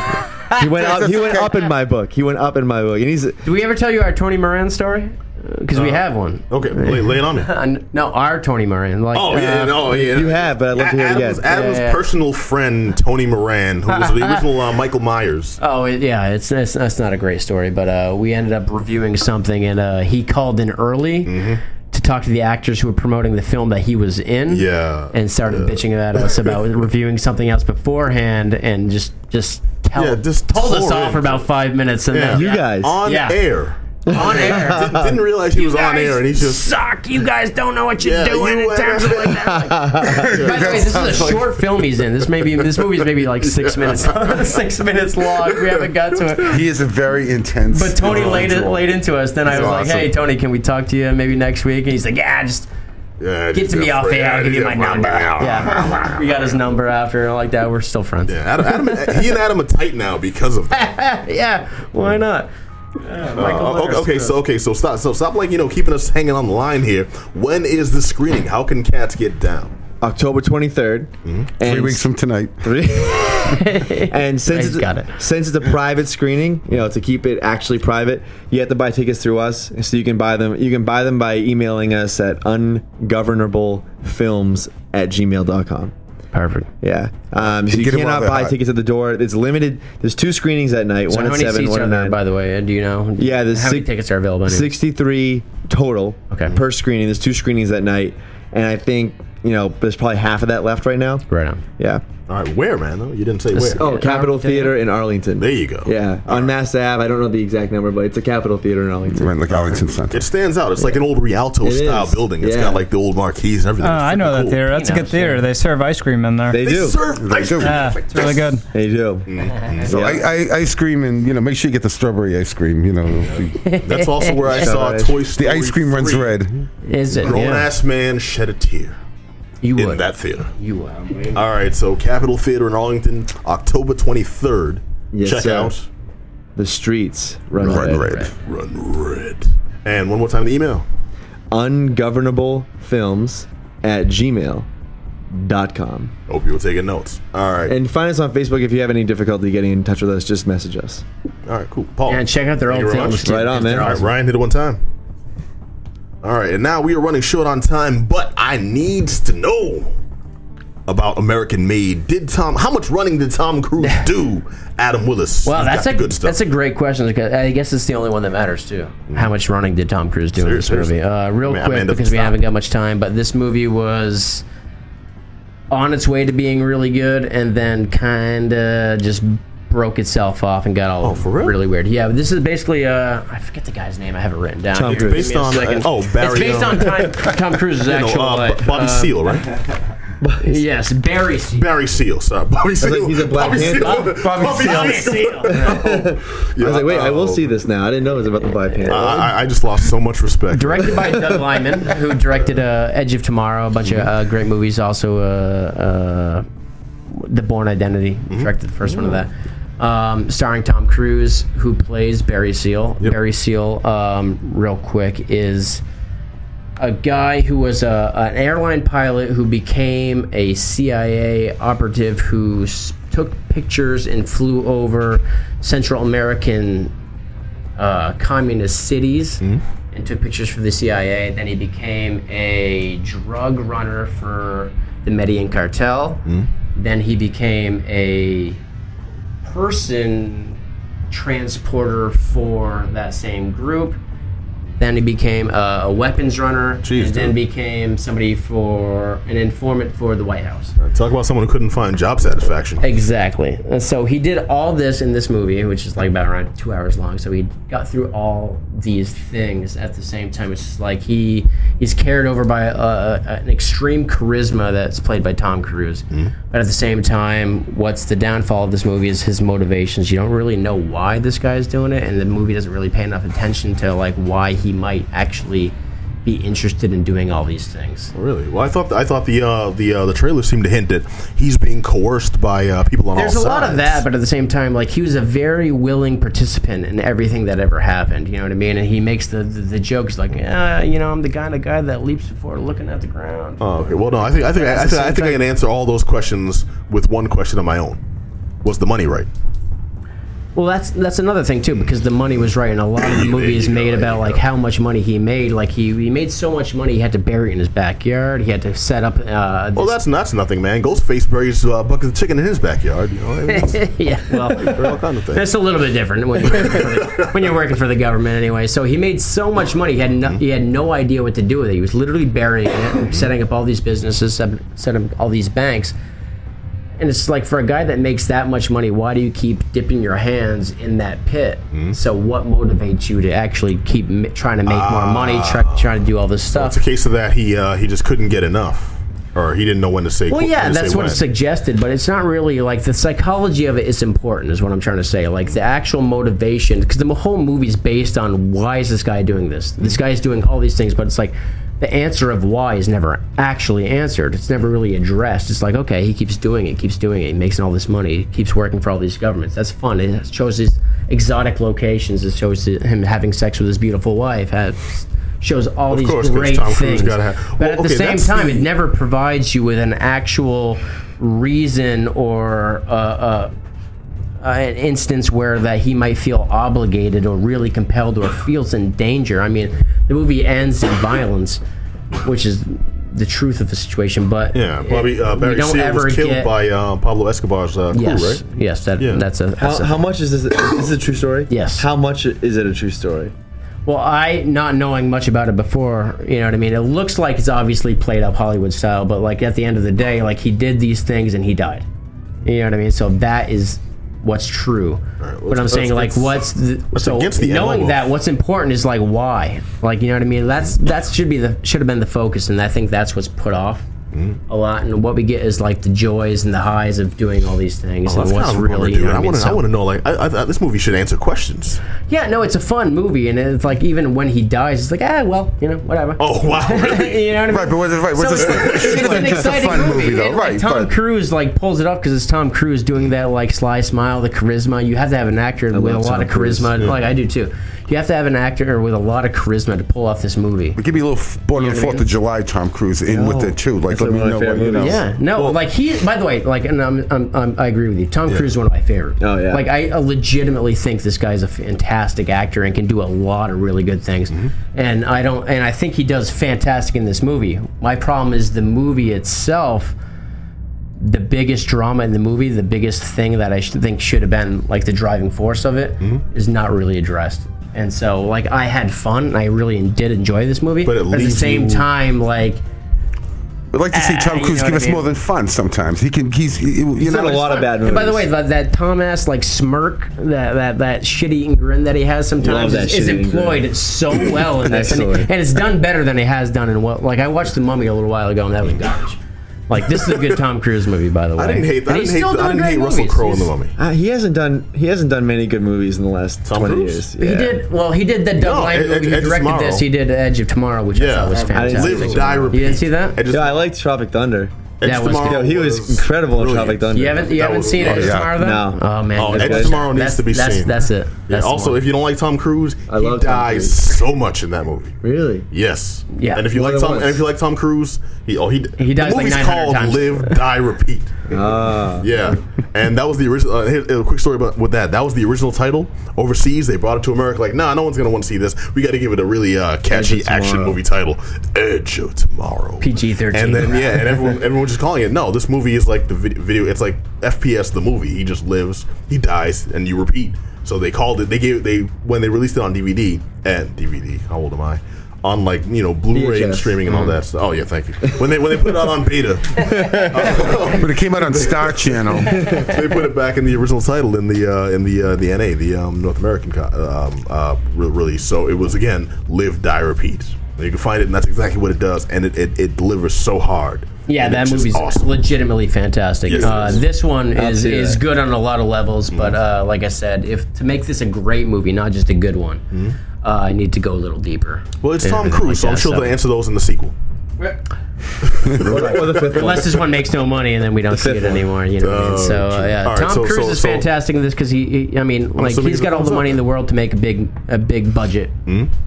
F: he went up he went up in my book he went up in my book and he's
E: Do we ever tell you our Tony Moran story? Because
F: Uh-huh.
E: we have one.
C: Okay, lay, lay it on me.
E: Uh, no, our Tony Moran. Like,
C: Oh
E: uh,
C: yeah, no, yeah.
F: you have, but I'd love to hear it
C: Adam's,
F: again.
C: Adam's
E: Yeah, yeah.
C: personal friend Tony Moran, who was the original uh, Michael Myers.
E: Oh it- yeah, it's that's, that's not a great story, but uh, we ended up reviewing something, and uh, he called in early
C: Mm-hmm.
E: to talk to the actors who were promoting the film that he was in.
C: Yeah.
E: and started bitching at us about reviewing something else beforehand, and just just tell,
C: Yeah, just
E: told us
C: tore
E: off
C: in.
E: for about five minutes, and
C: Yeah.
E: then
F: you guys
C: on
E: Yeah.
C: air.
E: on air.
C: Didn't, didn't realize he was on
E: guys
C: air, and he's just
E: suck. You guys don't know what you're
C: Yeah,
E: doing
C: you
E: in terms of like that. Like, by the way, this is a short film he's in. This may be this movie's maybe like six minutes six minutes long. We haven't got to it.
H: He is a very intense. uh,
E: But Tony laid it
H: individual.
E: laid into us. Then I
H: That's
E: was like,
H: awesome.
E: "Hey, Tony, can we talk to you maybe next week?" And he's like, "Yeah, just
C: yeah,
E: get to me off air. I'll give you my number." Yeah, we got his number after and like that. We're still friends.
C: Yeah, Adam, Adam and, he and Adam are tight now because of that.
E: Yeah, why not? Yeah, Michael
C: Uh, okay,
E: Myers.
C: okay, so okay, so stop, so stop, like you know, keeping us hanging on the line here. When is the screening? How can cats get down?
F: october 23rd and
H: Mm-hmm. Three weeks from tonight.
F: three and since
E: He's
F: it's,
E: got it.
F: since it's a private screening, you know, to keep it actually private, you have to buy tickets through us. So you can buy them. You can buy them by emailing us at ungovernablefilms at gmail.com.
E: Perfect.
F: Yeah. Um, so
H: You
F: you,
H: get 'em while
F: cannot
H: they're
F: buy
H: hot.
F: tickets at the door. It's limited. There's two screenings that night.
E: So
F: one
E: how
F: at
E: many
F: seven,
E: seats
F: one
E: are
F: at
E: there,
F: nine.
E: by the way? Do you know?
F: Yeah, there's
E: how many
F: six-
E: tickets are available? anyway?
F: 63 total
E: Okay.
F: per screening. There's two screenings that night, and I think you know there's probably half of that left right now.
E: Right on.
F: Yeah.
C: All right, where, man? Though you didn't say where.
F: Oh, Capitol
E: Arlington.
F: Theater in Arlington.
C: there you go.
F: Yeah, on Mass Ave. I don't know the exact number, but it's a Capitol Theater in Arlington.
H: Right, like Arlington Center.
C: It stands out. It's like an old Rialto
F: It
C: style
F: is.
C: building. It's
F: Yeah.
C: got like the old marquees and everything.
D: Uh,
C: It's
D: I know
C: freaking
D: that
C: cool.
D: theater. That's a good
E: Peanuts, yeah.
D: theater. They serve ice cream in there.
F: They
C: They
F: do.
C: serve ice
H: do.
C: cream.
D: yeah, it's really good.
F: They do.
H: So I, I, ice cream and you know make sure you get the strawberry ice cream. You know the,
C: That's also where I
F: So
C: saw
F: nice.
C: Toy Story.
H: the ice cream runs
C: 3.
H: red.
E: Is it?
C: Grown
E: yeah.
C: ass man shed a tear
E: You
C: in
E: would.
C: that theater.
E: You would.
C: All right, so Capitol Theater in Arlington, October 23rd.
F: Yes,
C: Check
F: sir.
C: out
F: The streets run,
H: Run
F: red.
H: red.
C: Run Red. And one more time, the email.
F: Ungovernablefilms at gmail.com.
C: Hope you were taking notes. All right.
F: And find us on Facebook if you have any difficulty getting in touch with us. Just message us.
C: All right, cool. Paul.
E: And check out their
C: Thank
E: own
C: you very
E: films.
C: much.
E: too,
F: Right
E: because
F: on, man.
E: they're
C: All right,
E: awesome.
C: Ryan hit it one time. All right, and now we are running short on time, but I needs to know about American Made. Did Tom? How much running did Tom Cruise do? Adam Willis.
E: Wow,
C: He's
E: that's
C: got
E: a
C: the good stuff. Mm.
E: That's a great question. Because I guess it's the only one that matters too. How much running did Tom Cruise do
C: Seriously.
E: in this movie? Uh, real
C: I mean, I may
E: quick,
C: end up
E: because we
C: stopping.
E: haven't got much time, but this movie was on its way to being really good, and then kind of just broke itself off and got all
C: Oh, for real?
E: really weird. Yeah, but this is basically uh, I forget the guy's name. I have it written down.
F: Tom
E: Give
F: Cruise.
E: me a
C: Based on,
E: second.
C: uh, oh, Barry,
E: It's based
C: um,
E: on time, Tom Cruise's
C: You know,
E: actual
C: uh,
E: life.
C: B- Bobby
E: Uh,
C: Seal, right?
E: Yes, Barry Seal.
C: Barry Seal. Sorry, Bobby Seal.
F: like, he's a Black
C: Bobby
F: Panther.
C: Seal.
F: Bobby
E: Bobby Seal.
C: Yeah,
F: I was like, wait, I will
C: uh,
F: see this now. I didn't know it was about the Black Panther.
C: I, I- I just lost so much respect.
E: Directed by Doug Lyman, who directed uh, Edge of Tomorrow, a bunch of uh, great movies. Also, uh, uh, The Born Identity, directed the 1st one of that. Um, starring Tom Cruise, who plays Barry Seal. Barry Seal, um, real quick, is a guy who was a, an airline pilot who became a CIA operative who s- took pictures and flew over Central American uh, communist cities
C: Hmm?
E: and took pictures for the CIA. Then he became a drug runner for the Medellin cartel.
C: Hmm?
E: Then he became a person transporter for that same group Then he became a, a weapons runner,
C: Jeez,
E: and then
C: dude.
E: became somebody for an informant for the White House.
C: Talk about someone who couldn't find job satisfaction.
E: Exactly. And so he did all this in this movie, which is like about around two hours long. So he got through all these things at the same time. It's just like he he's carried over by a, a, an extreme charisma that's played by Tom Cruise. But at the same time, what's the downfall of this movie is his motivations. You don't really know why this guy's doing it, and the movie doesn't really pay enough attention to like why he might actually be interested in doing all these things.
C: Really? Well, I thought I thought the uh, the uh, the trailer seemed to hint that he's being coerced by uh, people on
E: There's
C: all
E: a
C: sides.
E: lot of that, but at the same time, like he was a very willing participant in everything that ever happened. You know what I mean? And he makes the the, the jokes like, uh, you know, I'm the kind of guy that leaps before looking at the ground.
C: Oh, okay. Well, no, I think I think I, I, think, I think I can answer all those questions with one question of my own. Was the money right?
E: Well, that's that's another thing too, because the money was right, and a lot of the movie is
C: you go,
E: made
C: there
E: about
C: you
E: like
C: go.
E: how much money he made. Like he, he made so much money, he had to bury it in his backyard. He had to set up. Uh,
C: Well, that's that's nothing, man. Ghostface buries uh, bucket of chicken in his backyard. You know, I mean, it's-
E: that's yeah. Well,
C: all kinds of things.
E: That's a little bit different when you're, working for the, when you're working for the government, anyway. So he made so much money, he had no, he had no idea what to do with it. He was literally burying it, and setting up all these businesses, set- setting up all these banks. And it's like for a guy that makes that much money, why do you keep dipping your hands in that pit? So what motivates you to actually keep m- trying to make more money, try, trying to do all this
C: It's
E: stuff?
C: a case of that he uh, he just couldn't get enough, or he didn't know when to say.
E: Well,
C: qu-
E: yeah,
C: when to say
E: that's what
C: when.
E: it's suggested, but it's not really like the psychology of it is important, is what I'm trying to say. Like the actual motivation, because the whole movie's based on why is this guy doing this? This guy is doing all these things, but it's like the answer of why is never actually answered. It's never really addressed. It's like, okay, he keeps doing it, keeps doing it, he makes all this money, he keeps working for all these governments. That's fun. It shows these exotic locations, it shows him having sex with his beautiful wife. Has, Shows all these
C: course, 'cause
E: great
C: Tom Cruise
E: things,
C: gotta have-
E: but
C: Well,
E: at
C: okay,
E: the same
C: that's
E: time,
C: the-
E: it never provides you with an actual reason or uh, uh, uh, an instance where that he might feel obligated or really compelled or feels in danger. I mean, the movie ends in violence, which is the truth of the situation. But
C: Yeah, Bobby uh,
E: we
C: Barry
E: don't
C: Seal
E: ever
C: was killed
E: get-
C: by uh, Pablo Escobar's uh, crew,
E: yes,
C: right?
E: yes, that,
C: Yeah.
E: that's a that's
F: How,
E: a-
F: how much is this? Is this a true story?
E: Yes.
F: How much is it a true story?
E: Well, I not knowing much about it before, you know what I mean. It looks like it's obviously played up Hollywood style, but like at the end of the day, like he did these things and he died. You know what I mean? So that is what's true. but I'm
C: let's-
E: saying like
C: let's-
E: what's the, so
C: against the MO
E: knowing
C: of-
E: that what's important is like why, like you know what I mean. That's that should be the should have been the focus, and I think that's what's put off.
C: Mm-hmm.
E: A lot, and what we get is like the joys and the highs of doing all these things,
C: Well,
E: and
C: Oh, that's
E: what's
C: kind of
E: really.
C: really,
E: you
C: dude.
E: know what
C: I
E: mean?
C: want to. I
E: So-
C: want to know. Like, I, I, this movie should answer questions.
E: yeah, no, it's a fun movie, and it's like even when he dies, it's like ah, well, you know, whatever.
C: Oh wow! Really?
E: you know what I mean?
H: Right, but what- right, what's
E: it's-
H: the story?
E: it's,
H: It's
E: an
H: just a
E: exciting
H: fun
E: movie,
H: movie, though,
E: and, like,
H: right,
E: Tom
H: but-
E: Cruise like pulls it off because it's Tom Cruise doing that like sly smile, the charisma. You have to have an actor with a
F: love
E: lot
F: Tom
E: of charisma, like I do too. You have to have an actor with a lot of charisma to pull off this movie.
H: Give me a little f- born on the Fourth of July, Tom Cruise in with it too. Like,
F: That's
H: let me
F: one
H: know
F: of my
H: what
F: favorite
H: you know.
F: movies.
E: Yeah, no, like he. By the way, like, and I'm, I'm, I'm, I agree with you. Tom Cruise is one of my favorite.
F: Oh, yeah.
E: Like I uh, legitimately think this guy's a fantastic actor and can do a lot of really good things.
C: Mm-hmm.
E: And I don't, and I think he does fantastic in this movie. My problem is the movie itself. The biggest drama in the movie, the biggest thing that I sh- think should have been like the driving force of it, is
C: Mm-hmm.
E: not really addressed. And so, like, I had fun. and I really did enjoy this movie.
C: But it
E: at the
C: leaves
E: same
C: you-
E: time, like,
H: I'd like to see
E: Ah,
H: Tom
E: you
H: Cruise
E: know
H: give
E: what I
H: us
E: mean.
H: more than fun. Sometimes he can. He's. He, you
F: He's
H: know,
F: done a
H: it's
F: lot of
H: fun.
F: bad movies.
E: And by the way, that, that Tom ass like smirk, that that that shit eating grin that he has sometimes
F: that
E: is, is
F: shit-eating
E: employed
F: grin.
E: so well in this, and,
F: Excellent.
E: and it's done better than it has done in what. Like I watched The Mummy a little while ago, and that was garbage. Like this is a good Tom Cruise movie, by the way.
C: I didn't hate. I
E: And he's
C: didn't hate.
E: still
C: I
E: doing
C: didn't hate
E: great
C: Russell
E: movies.
C: Crowe in the
E: He's-
C: Mummy.
F: Uh, he hasn't done he hasn't done many good movies in the last twenty
C: Cruise?
F: years.
E: He
F: Yeah.
E: did well. He did that Doug
C: No,
E: Light
C: Ed-
E: movie.
C: Ed-
E: he
C: Edge of
E: directed
C: Tomorrow.
E: this. He did Edge of Tomorrow, which I
C: Yeah.
E: thought was
C: I didn't
E: fantastic.
F: see
C: Live,
F: that.
C: die,
F: You
C: repeat.
E: You didn't see that?
C: Edge of
F: Yeah, I liked Tropic Thunder.
C: Edge
E: That
C: of
E: was
C: Tomorrow
E: good.
F: He was incredible in
C: brilliant.
F: Tropic Thunder.
E: You haven't you
C: That
E: haven't
C: was
E: seen Edge of
C: brilliant.
E: Tomorrow though?
F: No.
E: Oh man.
C: Oh,
E: that's
C: Edge
E: good.
C: of Tomorrow needs
E: That's-
C: to be
E: that's,
C: seen.
E: That's it.
C: Yeah,
E: That's the
C: also,
E: one.
C: if you don't like Tom Cruise, he
F: love Tom
C: dies
F: Cruise.
C: so much in that movie.
F: Really?
C: Yes.
E: Yeah.
C: And if you
F: More
C: like
F: than
C: Tom,
F: once.
C: and if you like Tom Cruise, he oh he
E: He dies
C: the
E: like
C: movie's
E: 900
C: called
E: times.
C: Live, Die, Repeat.
F: Ah.
C: Yeah, and that was the original. Uh, here's a quick story about with that. That was the original title. Overseas, they brought it to America. Like, nah, no one's gonna want to see this. We got to give it a really uh, catchy
F: of
C: action
F: Tomorrow.
C: movie title, Edge of Tomorrow.
E: PG-13.
C: And then yeah, and everyone everyone just calling it. No, this movie is like the vid- video. It's like FPS the movie. He just lives, he dies, and you repeat. So they called it. They gave they when they released it on DVD and DVD. How old am I? On like you know Blu-ray and
F: VHS.
C: streaming and all that stuff. Oh yeah, thank you. When they when they put it out on beta,
I: But it came out on Star Channel.
C: they put it back in the original title in the uh, in the uh, the NA the um, North American co- um, uh, re- release. So it was again live die repeat. You can find it, and that's exactly what it does, and it, it, it delivers so hard.
E: Yeah,
C: And
E: that
C: it's just
E: movie's
C: awesome.
E: legitimately fantastic.
C: Yes, it
E: uh,
C: is. Mm-hmm.
E: this one is
F: see
E: is
F: that.
E: good on a lot of levels, but uh, like I said, if to make this a great movie, not just a good one, uh, I need to go a little deeper.
C: Mm-hmm. Well, it's
E: And
C: Tom
E: everything
C: Cruise,
E: like
C: so I'm
E: that,
C: sure they'll answer those in the sequel.
F: or the fifth one.
E: Unless this one makes no money and then we don't see it
F: fifth one.
E: anymore, you know. what I mean?
C: Oh,
E: so uh,
C: true.
E: yeah,
C: All right,
E: Tom
C: so-
E: Cruise
C: so-
E: is
C: so- Oh,
E: fantastic in this because he, he, I mean, like
C: assuming
E: he's
C: it's a
E: got all
C: thumbs
E: the
C: up. Hmm?
E: money in the world to make a big a big budget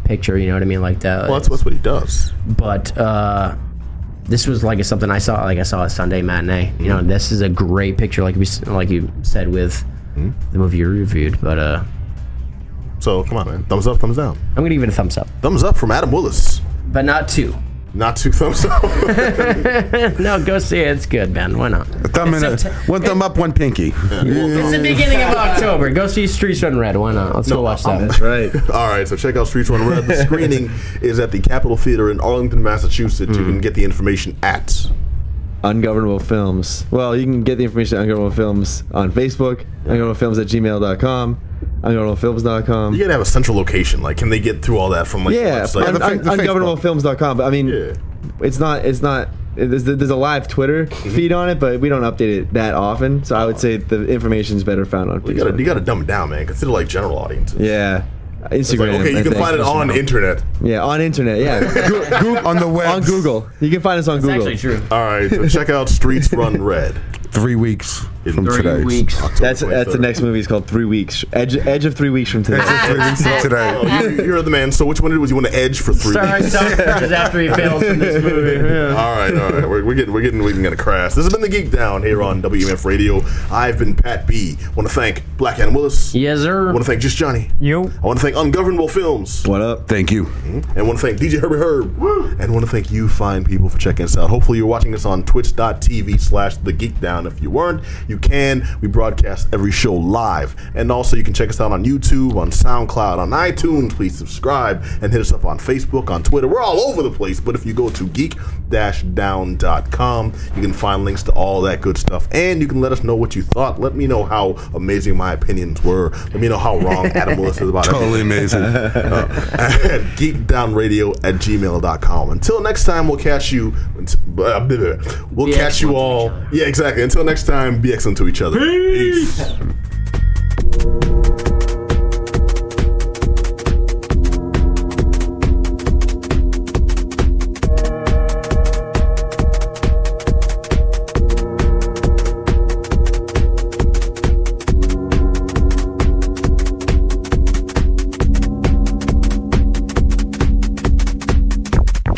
E: picture. You know what I mean, like that.
C: Well, that's, that's what he does.
E: but uh, this was like something I saw like I saw a Sunday matinee. You know, this is a great picture, like we s- like you said with the movie you reviewed. But uh,
C: So come on, man. Thumbs up, thumbs down.
E: I'm gonna give it a thumbs up,
C: Thumbs up from Adam Willis.
E: but not two.
C: Not two thumbs up.
E: No, go see it. It's good, man. Why not?
I: A thumb in a, one thumb up, one pinky.
E: It's the beginning of October. Go see Streets Run Red. Why not? Let's go watch that.
F: That's right.
C: All right, so check out Streets Run Red. The screening is at the Capitol Theater in Arlington, Massachusetts.
F: Mm.
C: You can get the information at.
F: Ungovernable Films. Well, you can get the information at Ungovernable Films on Facebook, ungovernablefilms at gmail.com, ungovernablefilms.com.
C: You gotta have a central location. Like, can they get through all that from like?
F: Yeah,
C: website?
F: un-
I: the fa-
F: un-
I: the Facebook.
F: ungovernablefilms.com. But I mean,
C: Yeah.
F: it's not, it's not, it- there's, there's a live Twitter
C: Mm-hmm.
F: feed on it, but we don't update it that often. So I would say the information's better found on
C: you gotta
F: Facebook.
C: you gotta dumb it down, man. Consider like general audiences.
F: yeah.
C: It's
F: Instagram.
C: like, okay,
F: I
C: you can
F: think.
C: find it on the internet.
F: Yeah, on internet. Yeah. Go-
I: Goop on the web.
F: on Google. You can find us on Google.
E: Actually, true.
C: All right, so check out Streets Run Red.
I: Three weeks
C: In
I: from
C: three
I: today.
E: Weeks.
C: October
F: That's that's the
C: 23rd.
F: next movie. It's called Three Weeks. Edge Edge of Three Weeks from today.
I: Three weeks from today.
C: Oh, you, you're the man. So which one did- was you want to edge for three?
E: Starring
C: weeks?
E: Tom Cruise after he fails in this movie.
C: All right, all right. We're, we're getting, we're getting, we're gonna crash. This has been the Geek Down here on WMF Radio. I've been Pat B. Want to thank Black Adam Willis.
E: Yes, sir.
C: Want to thank Just Johnny.
D: You.
C: I want to thank Ungovernable Films.
F: What up?
I: Thank you.
C: And want to thank DJ Herbie Herb. And want to thank you, fine people, for checking us out. Hopefully, you're watching us on twitch.tv slash The Geek Down. If you weren't, you can. We broadcast every show live. And also, you can check us out on YouTube, on SoundCloud, on iTunes. Please subscribe and hit us up on Facebook, on Twitter. We're all over the place. But if you go to geek down.com, you can find links to all that good stuff. And you can let us know what you thought. Let me know how amazing my opinions were. Let me know how wrong Adam Willis is about everything
I: Totally amazing.
C: at geekdownradio at gmail.com. Until next time, we'll catch you. blah, blah, blah. We'll
E: Be
C: catch you
E: excellent to
C: all.
E: each other.
C: Yeah, exactly. Until next time, be excellent to each other. Peace.